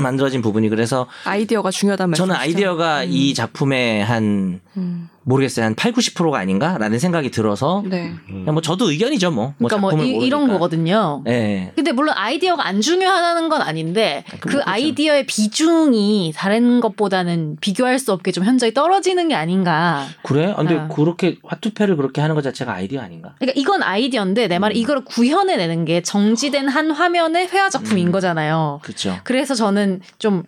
Speaker 2: (clears throat) 만들어진 부분이 그래서
Speaker 1: 아이디어가 중요하단 말이죠.
Speaker 2: 저는
Speaker 4: 음.
Speaker 2: 아이디어가 이 작품의 한
Speaker 1: 음.
Speaker 2: 모르겠어요 한 8, 90%가 아닌가라는 생각이 들어서
Speaker 1: 네.
Speaker 3: 음.
Speaker 2: 그냥 뭐 저도 의견이죠 뭐. 뭐
Speaker 4: 음. 그러니까 뭐
Speaker 2: 작품을
Speaker 4: 이, 런
Speaker 2: 모르니까.
Speaker 4: 거거든요.
Speaker 2: 예, 예.
Speaker 4: 근데 물론 아이디어가 안 중요하다는 건 아닌데
Speaker 2: 그건
Speaker 4: 그
Speaker 2: 그렇죠.
Speaker 4: 아이디어의 비중이 다른 것보다는 비교할 수 없게 좀 현저히 떨어지는 게 아닌가.
Speaker 2: 그래? 근데
Speaker 4: 아.
Speaker 2: 그렇게 화투패를 그렇게 하는 것 자체가 아이디어 아닌가?
Speaker 4: 그러니까 이건 아이디어인데 내
Speaker 2: 음.
Speaker 4: 말은 이걸 구현해내는 게 정지된 한 화면의 회화 작품인
Speaker 2: 음.
Speaker 4: 거잖아요.
Speaker 2: 그렇죠.
Speaker 4: 그래서 저는 좀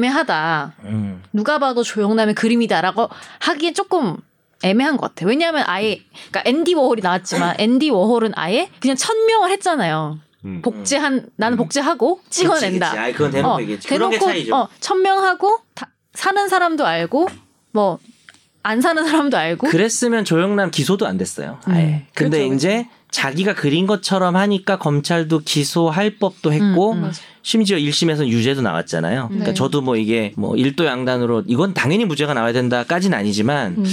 Speaker 4: 애매하다.
Speaker 2: 음.
Speaker 4: 누가 봐도 조영남의 그림이다라고 하기엔 조금 애매한 것 같아. 요 왜냐하면 아예 그러니까 앤디 워홀이
Speaker 2: 음.
Speaker 4: 나왔지만 앤디 워홀은 아예 그냥 천명을 했잖아요.
Speaker 3: 음.
Speaker 4: 복제한 나는
Speaker 3: 음.
Speaker 4: 복제하고 찍어낸다.
Speaker 2: 그치, 그치. 아이, 그건 대놓고
Speaker 4: 어,
Speaker 2: 얘기했지. 그런 게
Speaker 4: 대놓고
Speaker 2: 차이죠.
Speaker 4: 어, 천명하고 다- 사는 사람도 알고 뭐 안 사는 사람도 알고
Speaker 2: 그랬으면 조영남 기소도 안 됐어요. 아예.
Speaker 4: 뭐? 음.
Speaker 2: 근데
Speaker 1: 그렇죠,
Speaker 2: 이제 자기가 그린 것처럼 하니까 검찰도 기소할 법도 했고
Speaker 4: 음, 음.
Speaker 1: 맞아.
Speaker 2: 심지어 1심에서는 유죄도 나왔잖아요. 그러니까
Speaker 1: 네.
Speaker 2: 저도 뭐 이게 뭐 일도 양단으로 이건 당연히 무죄가 나와야 된다까지는 아니지만
Speaker 1: 음.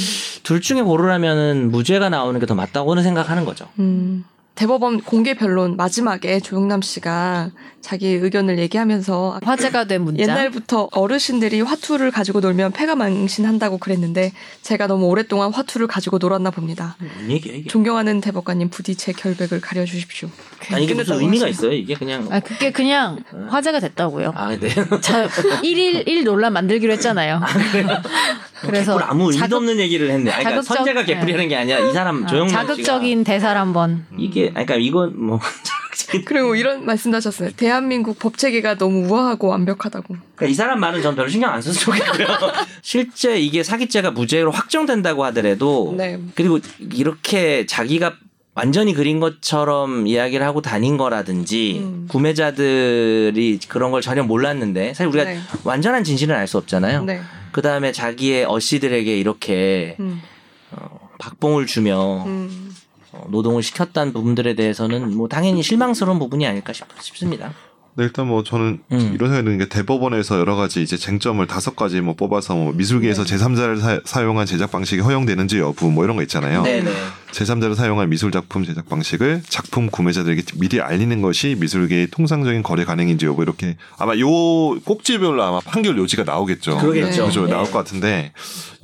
Speaker 2: 둘 중에 고르라면은 무죄가 나오는 게 더 맞다고는 생각하는 거죠.
Speaker 1: 음. 대법원 공개 변론 마지막에 조영남 씨가 자기 의견을 얘기하면서
Speaker 4: 화제가 된 문자
Speaker 1: 옛날부터 어르신들이 화투를 가지고 놀면 폐가 망신한다고 그랬는데 제가 너무 오랫동안 화투를 가지고 놀았나 봅니다.
Speaker 2: 무슨 음, 얘기야 이게?
Speaker 1: 존경하는 대법관님 부디 제 결백을 가려주십시오.
Speaker 2: 아니 이게 무슨
Speaker 1: 끝났다고
Speaker 2: 의미가
Speaker 1: 하시네요.
Speaker 2: 있어요? 이게 그냥
Speaker 4: 아, 그게 그냥 화제가 됐다고요.
Speaker 2: 아 네.
Speaker 4: 자, 1일 1 논란 만들기로 했잖아요. (laughs) 그래서
Speaker 2: 뭘 아무 의미도
Speaker 4: 자극-
Speaker 2: 없는 얘기를 했네. 아니, 그러니까
Speaker 4: 자극적- 음. 어,
Speaker 2: 선재가 개뿔이라는 게 아니라 이 사람 조영남 씨가
Speaker 4: 자극적인 대사를 한번
Speaker 2: 이게 아니, 그러니까 이건 뭐 (laughs) 자극적인
Speaker 1: 그리고 이런 말씀도 하셨어요. 대한민국 법체계가 너무 우아하고 완벽하다고.
Speaker 2: 그러니까 이 사람 말은 전 별로 신경 안 써서 좋겠고요. (laughs) 실제 이게 사기죄가 무죄로 확정된다고 하더라도
Speaker 1: 네.
Speaker 2: 그리고 이렇게 자기가 완전히 그린 것처럼 이야기를 하고 다닌 거라든지
Speaker 1: 음.
Speaker 2: 구매자들이 그런 걸 전혀 몰랐는데 사실 우리가
Speaker 1: 네.
Speaker 2: 완전한 진실은 알 수 없잖아요.
Speaker 1: 네.
Speaker 2: 그 다음에 자기의 어씨들에게 이렇게
Speaker 1: 음.
Speaker 2: 박봉을 주며
Speaker 1: 음.
Speaker 2: 어, 노동을 시켰다는 부분들에 대해서는 뭐 당연히 실망스러운 부분이 아닐까 싶, 습니다
Speaker 3: 네, 일단 뭐 저는
Speaker 2: 음.
Speaker 3: 이런 생각이 드는 게 대법원에서 여러 가지 이제 쟁점을 다섯 가지 뭐 뽑아서 뭐
Speaker 2: 네.
Speaker 3: 미술계에서 제3자를 사, 용한 제작 방식이 허용되는지 여부 뭐 이런 거 있잖아요.
Speaker 2: 네네.
Speaker 3: 제3자를 사용한 미술 작품 제작 방식을 작품 구매자들에게 미리 알리는 것이 미술계의 통상적인 거래 가능인지 여부 이렇게 아마 요 꼭지별로 아마 판결 요지가 나오겠죠.
Speaker 2: 그러겠죠.
Speaker 3: 그죠?
Speaker 2: 네.
Speaker 3: 나올 것 같은데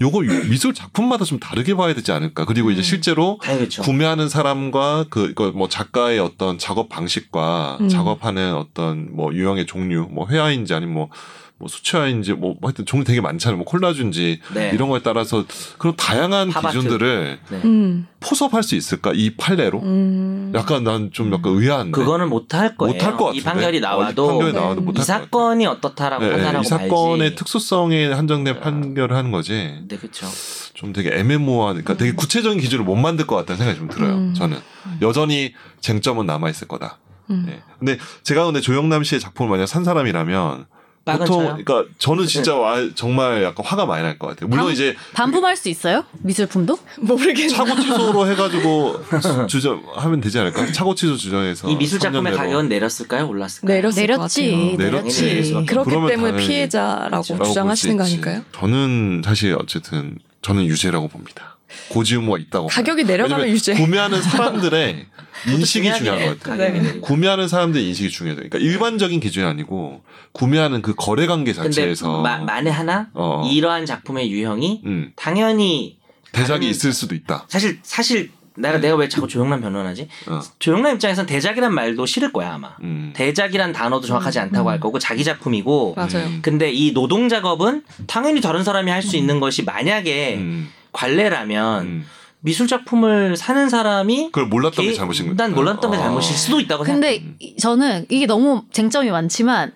Speaker 3: 요거 미술 작품마다 좀 다르게 봐야 되지 않을까. 그리고 이제
Speaker 4: 음.
Speaker 3: 실제로
Speaker 2: 당연히죠. 그렇죠.
Speaker 3: 구매하는 사람과 그, 그, 뭐, 작가의 어떤 작업 방식과
Speaker 1: 음.
Speaker 3: 작업하는 어떤 뭐, 유형의 종류, 뭐, 회화인지 아니면 뭐, 뭐, 수채화인지 뭐, 뭐 하여튼 종류 되게 많잖아요. 뭐, 콜라주인지
Speaker 2: 네.
Speaker 3: 이런 거에 따라서 그런 다양한
Speaker 2: 팝아트.
Speaker 3: 기준들을
Speaker 1: 음.
Speaker 3: 포섭할 수 있을까? 이 판례로?
Speaker 1: 음.
Speaker 3: 약간 난 좀 약간 의아한데.
Speaker 2: 그거는 못할 거예요.
Speaker 3: 못할 것
Speaker 2: 이
Speaker 3: 같은데.
Speaker 2: 판결이 나와도 네.
Speaker 3: 어, 이 판결이 나와도
Speaker 1: 음.
Speaker 3: 못할
Speaker 2: 이
Speaker 3: 것 같아요.
Speaker 2: 사건이 어떻다라고
Speaker 3: 네, 네.
Speaker 2: 판단하고
Speaker 3: 이 사건의
Speaker 2: 말지.
Speaker 3: 특수성에 한정된
Speaker 2: 아.
Speaker 3: 판결을 하는 거지.
Speaker 2: 네, 그렇죠.
Speaker 3: 좀 되게 애매모호한, 그러니까 되게 구체적인 기준을 못 만들 것 같다는 생각이 좀 들어요.
Speaker 1: 음.
Speaker 3: 저는 여전히 쟁점은 남아 있을 거다.
Speaker 1: 음.
Speaker 3: 네. 근데 제가 근데 조영남 씨의 작품을 만약 산 사람이라면
Speaker 2: 빵은
Speaker 3: 보통
Speaker 2: 쳐요? 네.
Speaker 3: 그러니까 저는 진짜 와, 정말 약간 화가 많이 날 것 같아요. 물론
Speaker 4: 방-
Speaker 3: 이제
Speaker 4: 반품할 수 있어요? 미술품도?
Speaker 1: 모르겠네.
Speaker 3: 차고 취소로
Speaker 2: (laughs)
Speaker 3: 해가지고 주저 하면 되지 않을까? 차고 취소 주장해서
Speaker 2: 이 미술
Speaker 3: 3년
Speaker 2: 작품의
Speaker 3: 내로.
Speaker 2: 가격은 내렸을까요? 올랐을까요?
Speaker 1: 내렸을
Speaker 4: 내렸지,
Speaker 1: 것 같아요.
Speaker 2: 네,
Speaker 3: 내렸지.
Speaker 4: 내렸지.
Speaker 3: 그럼-
Speaker 1: 예, 그렇기
Speaker 3: 그러면
Speaker 1: 때문에
Speaker 3: 당연히
Speaker 1: 피해자라고
Speaker 2: 그렇죠.
Speaker 1: 어, 주장하시는 거
Speaker 3: 볼수 있지.
Speaker 1: 아닐까요?
Speaker 3: 저는 사실 어쨌든 저는 유죄라고 봅니다. 고지 의무가 있다고. 봐요.
Speaker 1: 가격이 내려가면
Speaker 3: 왜냐면
Speaker 1: 유죄.
Speaker 3: 구매하는
Speaker 1: (laughs)
Speaker 3: 사람들의 인식이 중요한 것 같아요.
Speaker 1: 네.
Speaker 2: 가격이
Speaker 3: 구매하는 사람들의 인식이 중요해요. 그러니까 일반적인 기준이 아니고 구매하는 그 거래 관계
Speaker 2: 근데
Speaker 3: 자체에서
Speaker 2: 마- 만에 하나
Speaker 3: 어,
Speaker 2: 이러한 작품의 유형이
Speaker 3: 음,
Speaker 2: 당연히
Speaker 3: 대작이
Speaker 2: 다른-
Speaker 3: 있을 수도 있다.
Speaker 2: 사실 사실 내가
Speaker 3: 음.
Speaker 2: 내가 왜 자꾸 조영남 변론하지?
Speaker 3: 어.
Speaker 2: 조영남 입장에선 대작이란 말도 싫을 거야 아마.
Speaker 3: 음.
Speaker 2: 대작이란 단어도 정확하지
Speaker 1: 음.
Speaker 2: 않다고 할 거고 자기 작품이고.
Speaker 1: 맞아요.
Speaker 3: 음.
Speaker 2: 근데 이 노동 작업은 당연히 다른 사람이 할 수 있는 것이 만약에
Speaker 3: 음.
Speaker 2: 관례라면
Speaker 3: 음.
Speaker 2: 미술 작품을 사는 사람이
Speaker 3: 그걸 몰랐던 게
Speaker 2: 개-
Speaker 3: 잘못인 거예요.
Speaker 2: 난 몰랐던 게
Speaker 3: 어.
Speaker 2: 잘못일 수도 있다고 생각.
Speaker 4: 근데
Speaker 1: 음.
Speaker 4: 이- 저는 이게 너무 쟁점이 많지만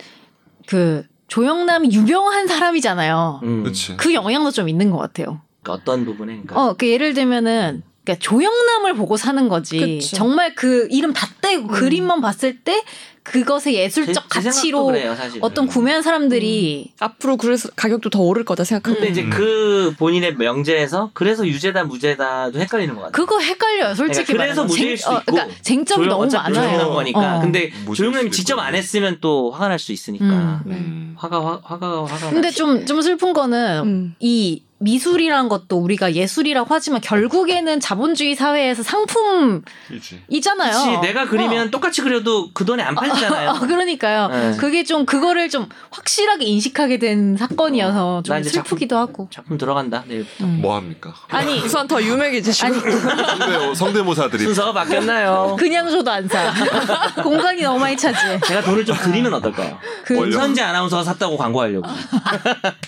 Speaker 4: 그 조영남이 유명한 사람이잖아요.
Speaker 2: 음,
Speaker 3: 그치.
Speaker 4: 그 영향도 좀 있는 것 같아요.
Speaker 2: 그러니까 어떤 부분에 그러니까
Speaker 4: 어, 그 예를 들면은 그러니까 조영남을 보고 사는 거지.
Speaker 1: 그쵸.
Speaker 4: 정말 그 이름 다 떼고
Speaker 1: 음.
Speaker 4: 그림만 봤을 때 그것의 예술적
Speaker 2: 제- 제 생각도
Speaker 4: 가치로
Speaker 2: 그래요, 음. 사실은.
Speaker 4: 어떤 구매한 사람들이
Speaker 1: 앞으로 그래서 가격도 더 오를 거다 생각하고.
Speaker 2: 근데 이제
Speaker 3: 음.
Speaker 2: 그 본인의 명제에서 그래서 유죄다 무죄다도 헷갈리는 것 같아요.
Speaker 4: 그거 헷갈려요, 솔직히
Speaker 2: 그러니까 그래서
Speaker 4: 말하면.
Speaker 2: 무죄일 수도
Speaker 4: 어, 그러니까
Speaker 2: 있고
Speaker 4: 쟁점이 너무
Speaker 2: 어차피 조용한
Speaker 4: 많아요.
Speaker 2: 거니까.
Speaker 4: 어.
Speaker 2: 근데
Speaker 3: 음, 무죄일
Speaker 2: 조용남이
Speaker 3: 수도
Speaker 2: 직접
Speaker 3: 있고.
Speaker 2: 안 했으면 또 화가 날 수 있으니까.
Speaker 4: 음.
Speaker 1: 네.
Speaker 3: 음.
Speaker 2: 화가 화, 화가 화가.
Speaker 4: 근데
Speaker 2: 나지.
Speaker 4: 좀, 좀 슬픈 거는
Speaker 1: 음.
Speaker 4: 이 미술이란 것도 우리가 예술이라고 하지만 결국에는 자본주의 사회에서 상품이잖아요.
Speaker 3: 그치.
Speaker 2: 그치, 내가 그리면
Speaker 4: 어.
Speaker 2: 똑같이 그려도 그 돈에 안 팔리잖아요.
Speaker 4: 어, 그러니까요.
Speaker 2: 네.
Speaker 4: 그게 좀 그거를 좀 확실하게 인식하게 된 사건이어서
Speaker 2: 나
Speaker 4: 좀
Speaker 2: 이제
Speaker 4: 슬프기도 하고.
Speaker 2: 작품 들어간다. 네. 내일
Speaker 4: 음.
Speaker 3: 뭐 합니까?
Speaker 4: 아니
Speaker 1: 우선 더 유명해지시고.
Speaker 4: 아니
Speaker 3: 성대모, 성대모사들이
Speaker 2: 순서가 바뀌었나요?
Speaker 4: (laughs) 그냥 줘도 안 사. 공간이 너무 많이 차지해.
Speaker 2: 제가 돈을 좀 드리면 어떨까요?
Speaker 4: 그-
Speaker 2: 김선재 아나운서가 샀다고 광고하려고.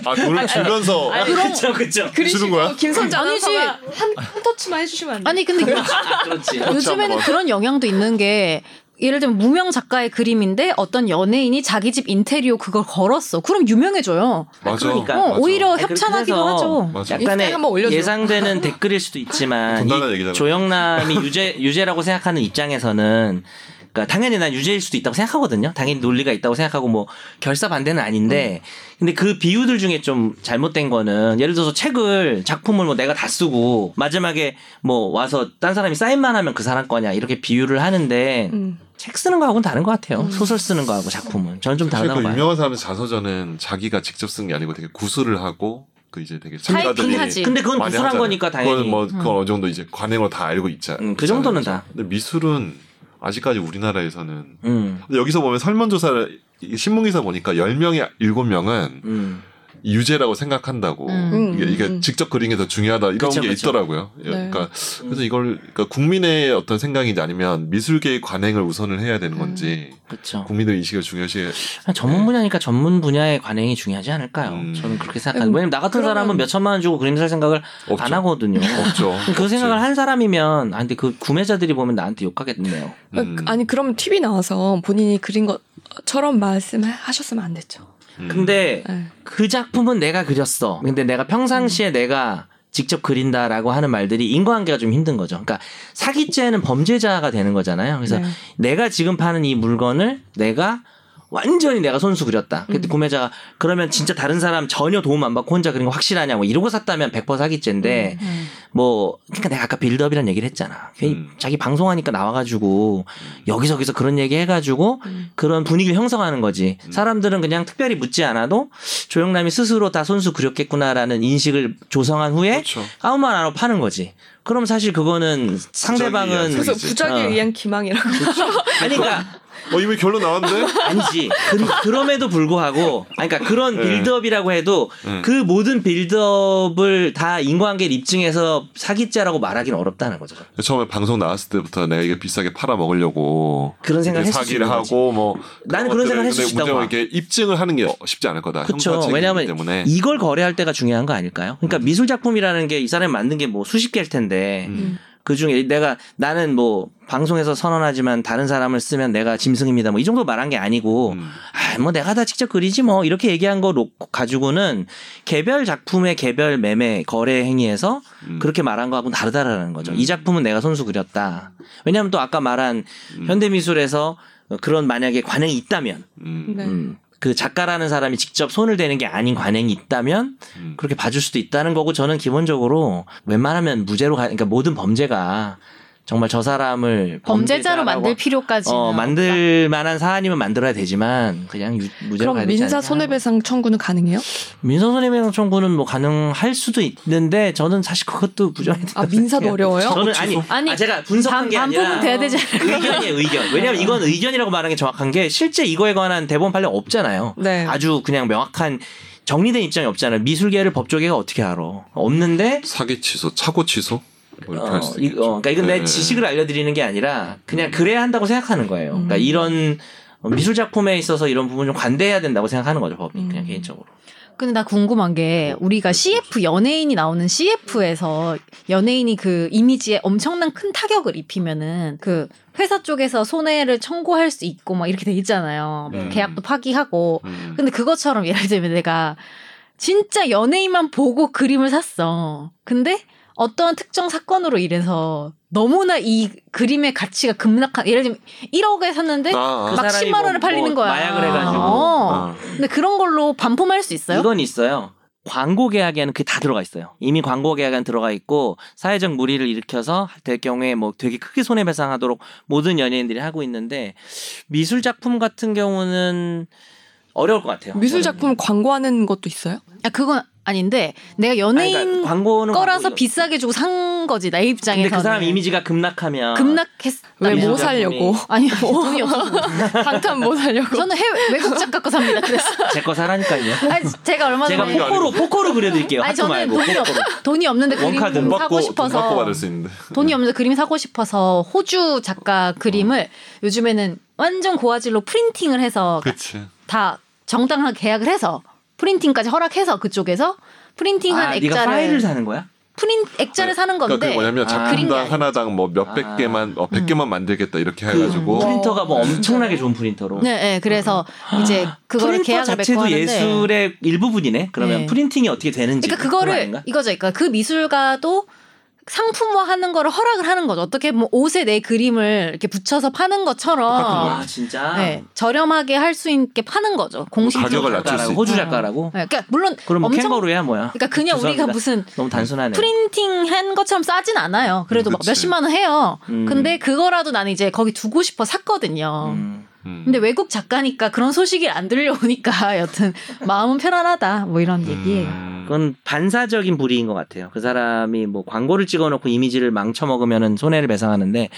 Speaker 3: 아 돈을 주면서
Speaker 1: 아니, 그럼-
Speaker 2: (laughs) 그렇죠, 그렇죠.
Speaker 1: 그리시고
Speaker 3: 거야?
Speaker 1: 김선재
Speaker 4: 아니지.
Speaker 1: 아나운서가 한, 한 터치만 해주시면 안 돼요?
Speaker 4: 아니 근데 요,
Speaker 2: 아, 그렇지.
Speaker 4: 요즘에는
Speaker 3: 한번.
Speaker 4: 그런 영향도 있는 게 예를 들면 무명 작가의 그림인데 어떤 연예인이 자기 집 인테리어 그걸 걸었어. 그럼 유명해져요.
Speaker 3: 맞아.
Speaker 2: 그러니까.
Speaker 4: 어,
Speaker 3: 맞아.
Speaker 4: 오히려
Speaker 2: 아니, 그렇게
Speaker 4: 협찬하기도
Speaker 2: 해서
Speaker 4: 하죠.
Speaker 3: 맞아.
Speaker 1: 인스타에
Speaker 2: 약간의
Speaker 1: 한번 올려줘요.
Speaker 3: (laughs)
Speaker 2: 예상되는 댓글일 수도 있지만
Speaker 3: 돈
Speaker 2: 이
Speaker 3: 달라는 얘기잖아.
Speaker 2: 조영남이 유죄 유죄라고 생각하는 입장에서는 그러니까 당연히 난 유죄일 수도 있다고 생각하거든요. 당연히 논리가 있다고 생각하고 뭐 결사 반대는
Speaker 3: 음.
Speaker 2: 아닌데 근데 그 비유들 중에 좀 잘못된 거는 예를 들어서 책을 작품을 뭐 내가 다 쓰고 마지막에 뭐 와서 딴 사람이 사인만 하면 그 사람 거냐 이렇게 비유를 하는데
Speaker 1: 음.
Speaker 2: 책 쓰는 거하고는 다른 것 같아요.
Speaker 3: 음.
Speaker 2: 소설 쓰는 거하고 작품은 저는 좀
Speaker 3: 사실
Speaker 2: 다르다고
Speaker 3: 그
Speaker 2: 봐요.
Speaker 3: 유명한 사람의 자서전은 자기가 직접 쓴 게 아니고 되게 구술을 하고 그 이제 되게
Speaker 4: 타이핑하지.
Speaker 2: 근데 그건
Speaker 3: 많이
Speaker 2: 구술한
Speaker 3: 하잖아요.
Speaker 2: 거니까 당연히
Speaker 3: 그건 뭐 그건 어느 정도 이제 관행으로 다 알고 있자.
Speaker 2: 음, 그 정도는 다.
Speaker 3: 근데 미술은 아직까지 우리나라에서는
Speaker 2: 음.
Speaker 3: 근데 여기서 보면 설문조사를 이 신문기사 보니까 10명에 7명은
Speaker 2: 음.
Speaker 3: 유죄라고 생각한다고
Speaker 4: 음.
Speaker 3: 이게, 이게
Speaker 1: 음.
Speaker 3: 직접 그린 게 더 중요하다 이런
Speaker 2: 그쵸, 그쵸.
Speaker 3: 게
Speaker 2: 음.
Speaker 3: 있더라고요. 예,
Speaker 1: 네.
Speaker 3: 그러니까 그래서 이걸 그러니까 국민의 어떤 생각인지 아니면 미술계의 관행을 우선을 해야 되는 건지
Speaker 2: 그렇죠.
Speaker 3: 국민의 인식을 중요시
Speaker 2: 그냥 전문 분야니까 전문 분야의 관행이 중요하지 않을까요?
Speaker 3: 음.
Speaker 2: 저는 그렇게 생각합니다.
Speaker 1: 음,
Speaker 2: 왜냐면 나 같은
Speaker 1: 그러면-
Speaker 2: 사람은 몇 천만 원 주고 그림 살 생각을
Speaker 3: 없죠.
Speaker 2: 안 하거든요.
Speaker 3: 없죠.
Speaker 2: (laughs) 그
Speaker 3: 없지.
Speaker 2: 생각을 한 사람이면 아 근데 그 구매자들이 보면 나한테 욕하겠네요.
Speaker 3: 음.
Speaker 1: 아니 그러면 TV 나와서 본인이 그린 것처럼 말씀하셨으면 안 됐죠.
Speaker 3: 음.
Speaker 2: 근데
Speaker 1: 네.
Speaker 2: 그 작품은 내가 그렸어. 근데 내가
Speaker 1: 음.
Speaker 2: 평상시에 내가 직접 그린다라고 하는 말들이 인과관계가 좀 힘든 거죠. 그러니까 사기죄는 범죄자가 되는 거잖아요. 그래서
Speaker 1: 네.
Speaker 2: 내가 지금 파는 이 물건을 내가 완전히 내가 손수 그렸다.
Speaker 1: 음.
Speaker 2: 그때 구매자가
Speaker 1: 음,
Speaker 2: 그러면 진짜 다른 사람 전혀 도움 안 받고 혼자 그린 거 확실하냐 뭐 이러고 샀다면 100% 사기죄인데 뭐 그러니까 내가 아까 빌드업이라는 얘기를 했잖아. 괜히
Speaker 3: 음.
Speaker 2: 자기 방송하니까 나와가지고 여기저기서 그런 얘기 해가지고
Speaker 1: 음.
Speaker 2: 그런 분위기를 형성하는 거지.
Speaker 3: 음.
Speaker 2: 사람들은 그냥 특별히 묻지 않아도 조영남이 스스로 다 손수 그렸겠구나라는 인식을 조성한 후에
Speaker 3: 그렇죠.
Speaker 2: 아무 말 안 하고 파는 거지. 그럼 사실 그거는
Speaker 3: 부작위야,
Speaker 2: 상대방은
Speaker 1: 그래서
Speaker 3: 그치.
Speaker 1: 부작에
Speaker 2: 어.
Speaker 1: 의한 기망이라고.
Speaker 2: 아니 그러니까
Speaker 3: 어 이미
Speaker 2: (laughs)
Speaker 3: 결론 나왔는데.
Speaker 2: 아니지. 그, 럼에도 불구하고, 아니, 그러니까 그런
Speaker 3: 네.
Speaker 2: 빌드업이라고 해도
Speaker 3: 네.
Speaker 2: 그 모든 빌드업을 다 인과관계를 입증해서 사기죄라고 말하기는 어렵다는 거죠.
Speaker 3: 처음에 방송 나왔을 때부터 내가 이게 비싸게 팔아 먹으려고
Speaker 2: 그런 생각을
Speaker 3: 이제
Speaker 2: 했을 수
Speaker 3: 사기를
Speaker 2: 있는 거지.
Speaker 3: 하고 뭐
Speaker 2: 나는 그런 생각을 했을 수
Speaker 3: 문제
Speaker 2: 있다고 봐.
Speaker 3: 이렇게 입증을 하는 게 쉽지 않을 거다.
Speaker 2: 그렇죠.
Speaker 3: 형사
Speaker 2: 왜냐하면
Speaker 3: 책임이기 때문에
Speaker 2: 이걸 거래할 때가 중요한 거 아닐까요? 그러니까 미술 작품이라는 게 이 사람이 만든 게 뭐 수십 개일 텐데
Speaker 3: 음.
Speaker 2: 그 중에 내가 나는 뭐 방송에서 선언하지만 다른 사람을 쓰면 내가 짐승입니다. 뭐 이 정도 말한 게 아니고
Speaker 3: 음.
Speaker 2: 아, 뭐 내가 다 직접 그리지 뭐 이렇게 얘기한 거 놓고 가지고는 개별 작품의 개별 매매 거래 행위에서
Speaker 3: 음.
Speaker 2: 그렇게 말한 거하고 는 다르다라는 거죠.
Speaker 3: 음.
Speaker 2: 이 작품은 내가 손수 그렸다. 왜냐하면 또 아까 말한
Speaker 3: 음.
Speaker 2: 현대미술에서 그런 만약에 관행이 있다면
Speaker 3: 음.
Speaker 1: 네.
Speaker 2: 음, 그 작가라는 사람이 직접 손을 대는 게 아닌 관행이 있다면
Speaker 3: 음.
Speaker 2: 그렇게 봐줄 수도 있다는 거고 저는 기본적으로 웬만하면 무죄로 가 그러니까 모든 범죄가 정말 저 사람을
Speaker 4: 범죄자로
Speaker 2: 범죄자라고
Speaker 4: 만들 필요까지
Speaker 2: 어, 만들 만한 사안이면 만들어야 되지만 그냥 유, 무죄로 가야
Speaker 1: 그럼
Speaker 2: 되지
Speaker 1: 민사
Speaker 2: 않냐.
Speaker 1: 손해배상 청구는 가능해요?
Speaker 2: 민사 손해배상 청구는 뭐 가능할 수도 있는데 저는 사실 그것도 부정해.
Speaker 1: 아 민사도 어려워요?
Speaker 2: 저는 아니,
Speaker 4: 아니,
Speaker 2: 아, 제가 분석한
Speaker 4: 반,
Speaker 2: 게 아니라
Speaker 4: 반품은 돼야 되지 않을까?
Speaker 2: (laughs) 의견이에요 의견. 왜냐면 이건 의견이라고 말하는 게 정확한 게 실제 이거에 관한 대법원 판례 없잖아요.
Speaker 1: 네.
Speaker 2: 아주 그냥 명확한 정리된 입장이 없잖아요. 미술계를 법조계가 어떻게 알아? 없는데
Speaker 3: 사기 취소, 차고 취소 뭐 이렇게
Speaker 2: 어,
Speaker 3: 할 수도
Speaker 2: 이-
Speaker 3: 있겠죠.
Speaker 2: 어, 그러니까 이건
Speaker 3: 예,
Speaker 2: 내
Speaker 3: 예.
Speaker 2: 지식을 알려드리는 게 아니라 그냥 그래야 한다고 생각하는 거예요. 그러니까
Speaker 1: 음.
Speaker 2: 이런 미술 작품에 있어서 이런 부분 좀 관대해야 된다고 생각하는 거죠 법이 그냥
Speaker 1: 음.
Speaker 2: 개인적으로.
Speaker 4: 근데 나 궁금한 게 우리가 CF 연예인이 나오는 CF에서 연예인이 그 이미지에 엄청난 큰 타격을 입히면은 그 회사 쪽에서 손해를 청구할 수 있고 막 이렇게 돼 있잖아요. 뭐
Speaker 2: 네.
Speaker 3: 음.
Speaker 4: 계약도 파기하고.
Speaker 3: 음.
Speaker 4: 근데 그것처럼 예를 들면 내가 진짜 연예인만 보고 그림을 샀어. 근데 어떠한 특정 사건으로 인해서 너무나 이 그림의 가치가 급락한 예를 들면 1억에 샀는데
Speaker 3: 아, 아.
Speaker 2: 그
Speaker 4: 막
Speaker 2: 사람이
Speaker 4: 10만
Speaker 2: 뭐-
Speaker 4: 원을 팔리는
Speaker 2: 뭐
Speaker 4: 거야.
Speaker 2: 마약을 해가지고.
Speaker 4: 어.
Speaker 3: 아.
Speaker 4: 근데 그런 걸로 반품할 수 있어요?
Speaker 2: 이건 있어요. 광고 계약에는 그게 다 들어가 있어요. 이미 광고 계약에는 들어가 있고 사회적 무리를 일으켜서 될 경우에 뭐 되게 크게 손해배상하도록 모든 연예인들이 하고 있는데 미술 작품 같은 경우는 어려울 것 같아요.
Speaker 1: 미술 작품 광고하는 것도 있어요?
Speaker 4: 아, 그건 아닌데 내가
Speaker 2: 아니,
Speaker 4: 연예인
Speaker 2: 그러니까 광고는
Speaker 4: 거라서
Speaker 2: 광고죠.
Speaker 4: 비싸게 주고 산 거지 나 입장에서.
Speaker 2: 근데 그 사람 이미지가
Speaker 1: 왜
Speaker 2: 급락하면
Speaker 4: 급락했다면
Speaker 1: 뭐
Speaker 2: 미술
Speaker 1: 살려고? (laughs)
Speaker 2: (laughs)
Speaker 4: 아니 뭐, 돈이 없어.
Speaker 1: 방탄 뭐 살려고?
Speaker 4: 저는 해외 외국 작가 거 삽니다.
Speaker 2: (laughs)
Speaker 4: 그래서
Speaker 2: 제 거
Speaker 4: (laughs)
Speaker 2: 사라니까요.
Speaker 4: 아니, 제가 얼마
Speaker 2: 제가
Speaker 4: 전에
Speaker 2: 포코로 포코로 그려드릴게요.
Speaker 4: 아니
Speaker 2: 하트
Speaker 4: 저는
Speaker 2: 말고
Speaker 4: 돈이, 없,
Speaker 2: 포코로.
Speaker 4: 돈이 없는데 그림
Speaker 2: 원카드.
Speaker 3: 아.
Speaker 2: 돈
Speaker 3: 돈
Speaker 4: 사고
Speaker 3: 받고 돈
Speaker 4: 싶어서
Speaker 3: 받고 받을 수
Speaker 4: (laughs)
Speaker 3: 있는데.
Speaker 2: 네.
Speaker 4: 돈이 없는데 그림 사고 싶어서 호주 작가 그림을
Speaker 2: 어.
Speaker 4: 요즘에는 완전 고화질로 프린팅을 해서
Speaker 2: 그렇죠.
Speaker 3: 그치. 그러니까
Speaker 4: 다 정당하게 계약을 해서 프린팅까지 허락해서 그쪽에서 프린팅한
Speaker 2: 아, 네가 파일을
Speaker 4: 액자를
Speaker 2: 사는 거야?
Speaker 4: 프린 액자를 사는
Speaker 3: 그러니까
Speaker 4: 건데
Speaker 3: 그게 뭐냐면
Speaker 2: 아.
Speaker 4: 그린 게
Speaker 3: 작품당
Speaker 4: 아니지.
Speaker 3: 하나당 뭐 몇백
Speaker 2: 아.
Speaker 3: 개만 어, 백 개만 만들겠다 이렇게
Speaker 2: 그
Speaker 3: 해가지고
Speaker 2: 프린터가 뭐 엄청나게 좋은 프린터로.
Speaker 4: 네, 네, 그래서 이제 그거를
Speaker 2: 아, 프린터
Speaker 4: 계약을 맺고
Speaker 2: 자체도
Speaker 4: 하는데
Speaker 2: 예술의 일부분이네. 그러면
Speaker 4: 네.
Speaker 2: 프린팅이 어떻게 되는지.
Speaker 4: 그러니까
Speaker 2: 그거
Speaker 4: 그거를
Speaker 2: 아닌가?
Speaker 4: 이거죠. 그러니까 그 미술가도 상품화하는 거를 허락을 하는 거죠. 어떻게 보면 옷에 내 그림을 이렇게 붙여서 파는
Speaker 3: 똑같은
Speaker 4: 것처럼
Speaker 2: 아 진짜.
Speaker 4: 어. 네, 저렴하게 할 수 있게 파는 거죠. 공식적으로.
Speaker 3: 가격을
Speaker 2: 뭐
Speaker 3: 낮출
Speaker 2: 작가라고,
Speaker 3: 수 있다.
Speaker 2: 호주 작가라고.
Speaker 4: 네, 그러니까 물론
Speaker 2: 그럼 뭐
Speaker 4: 엄청
Speaker 2: 캥거루야 뭐야?
Speaker 4: 그러니까 그냥 우리가
Speaker 2: 죄송합니다.
Speaker 4: 무슨
Speaker 2: 너무 단순하네.
Speaker 4: 프린팅 한 것처럼 싸진 않아요. 그래도 막
Speaker 3: 그치.
Speaker 4: 몇십만 원 해요.
Speaker 2: 음.
Speaker 4: 근데 그거라도 나는 이제 거기 두고 싶어 샀거든요.
Speaker 2: 음.
Speaker 3: 음.
Speaker 4: 근데 외국 작가니까 그런 소식이 안 들려오니까 (laughs) 여튼 마음은 편안하다 뭐 이런 얘기예요.
Speaker 3: 음.
Speaker 2: 그건 반사적인 불이인 것 같아요. 그 사람이 뭐 광고를 찍어놓고 이미지를 망쳐먹으면 손해를 배상하는데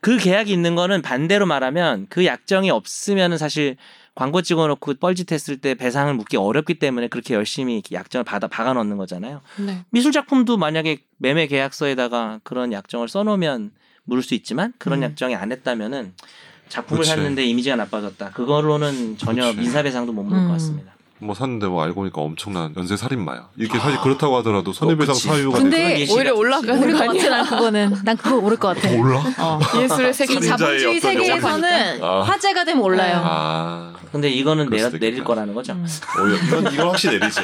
Speaker 2: 그 계약이 있는 거는 반대로 말하면 그 약정이 없으면 사실 광고 찍어놓고 뻘짓했을 때 배상을 묻기 어렵기 때문에 그렇게 열심히 이렇게 약정을 받아 박아 넣는 거잖아요.
Speaker 1: 네.
Speaker 2: 미술 작품도 만약에 매매 계약서에다가 그런 약정을 써놓으면 물을 수 있지만 그런 약정이 안 했다면은 작품을
Speaker 3: 그치.
Speaker 2: 샀는데 이미지가 나빠졌다. 그거로는 전혀
Speaker 3: 그치.
Speaker 2: 민사배상도 못 물을
Speaker 4: 음.
Speaker 2: 것 같습니다.
Speaker 3: 뭐 샀는데 뭐 알고 보니까 엄청난 연쇄 살인마야. 이게 사실 그렇다고 하더라도
Speaker 2: 어,
Speaker 3: 손해배상
Speaker 2: 그치.
Speaker 3: 사유가
Speaker 4: 근데
Speaker 3: 되는
Speaker 2: 예시
Speaker 1: 오히려
Speaker 2: 같은
Speaker 1: 올라가는
Speaker 4: 모를
Speaker 1: 거
Speaker 4: 것 같아
Speaker 1: 아니야?
Speaker 4: 난 그거는 난 그거 모를 것 같아.
Speaker 3: 거. 몰라?
Speaker 4: 어.
Speaker 1: 예술의 세계
Speaker 4: 이
Speaker 3: 자-
Speaker 4: 자본주의
Speaker 3: 자본주의 어떤
Speaker 4: 세계에서는
Speaker 3: 영향이니까. 아.
Speaker 4: 화제가 되면 올라요.
Speaker 3: 아
Speaker 2: 근데 이거는
Speaker 3: 그럴
Speaker 2: 내려,
Speaker 3: 수도
Speaker 2: 내릴
Speaker 3: 있겠다.
Speaker 2: 거라는 거죠.
Speaker 4: 음.
Speaker 3: 오히려 이건 이건 확실히 내리지.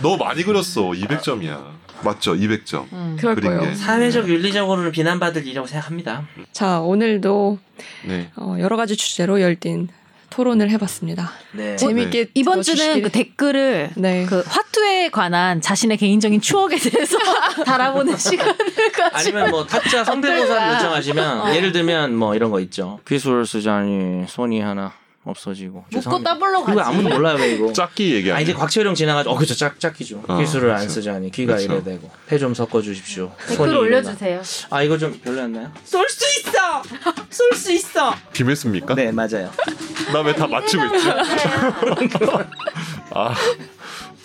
Speaker 3: 너 많이 그렸어. 200점이야. 맞죠? 200점.
Speaker 4: 음.
Speaker 1: 그럴
Speaker 3: 그린
Speaker 1: 거예요.
Speaker 3: 게.
Speaker 2: 사회적 윤리적으로는 비난받을 일이라고 생각합니다.
Speaker 1: 자 오늘도
Speaker 3: 네.
Speaker 1: 어, 여러 가지 주제로 열띤 토론을 해봤습니다.
Speaker 2: 네.
Speaker 1: 재미있게
Speaker 4: 이번 주는
Speaker 1: 들어주시길.
Speaker 4: 그 댓글을
Speaker 1: 네.
Speaker 4: 그 화투에 관한 자신의 개인적인 추억에 대해서 (laughs) 달아보는 시간을 가지고
Speaker 2: 아니면 뭐 타짜 성대모사를 요청하시면
Speaker 4: 어.
Speaker 2: 예를 들면 뭐 이런 거 있죠. 기술 쓰자니 손이 하나 없어지고
Speaker 4: 묶고
Speaker 2: 죄송합니다.
Speaker 4: 따블로 가지.
Speaker 2: 그거 아무도 몰라요 왜 이거.
Speaker 3: 짝기 얘기
Speaker 2: 아 이제
Speaker 3: 아니에요?
Speaker 2: 곽철용 지나가지고 어 그죠 짝 짝이죠.
Speaker 3: 어,
Speaker 2: 기술을 안
Speaker 3: 네. 그쵸.
Speaker 2: 쓰자니 귀가
Speaker 3: 그쵸.
Speaker 2: 이래 되고 폐 좀 섞어 주십시오.
Speaker 4: 댓글 올려주세요.
Speaker 2: 아 이거 좀 별로였나요?
Speaker 5: 쏠 수 있어! 쏠 수 있어!
Speaker 3: 김혜수입니까?
Speaker 2: 네 맞아요.
Speaker 3: 나 왜 다 맞추고 있지?
Speaker 2: 네.
Speaker 3: (laughs) 아,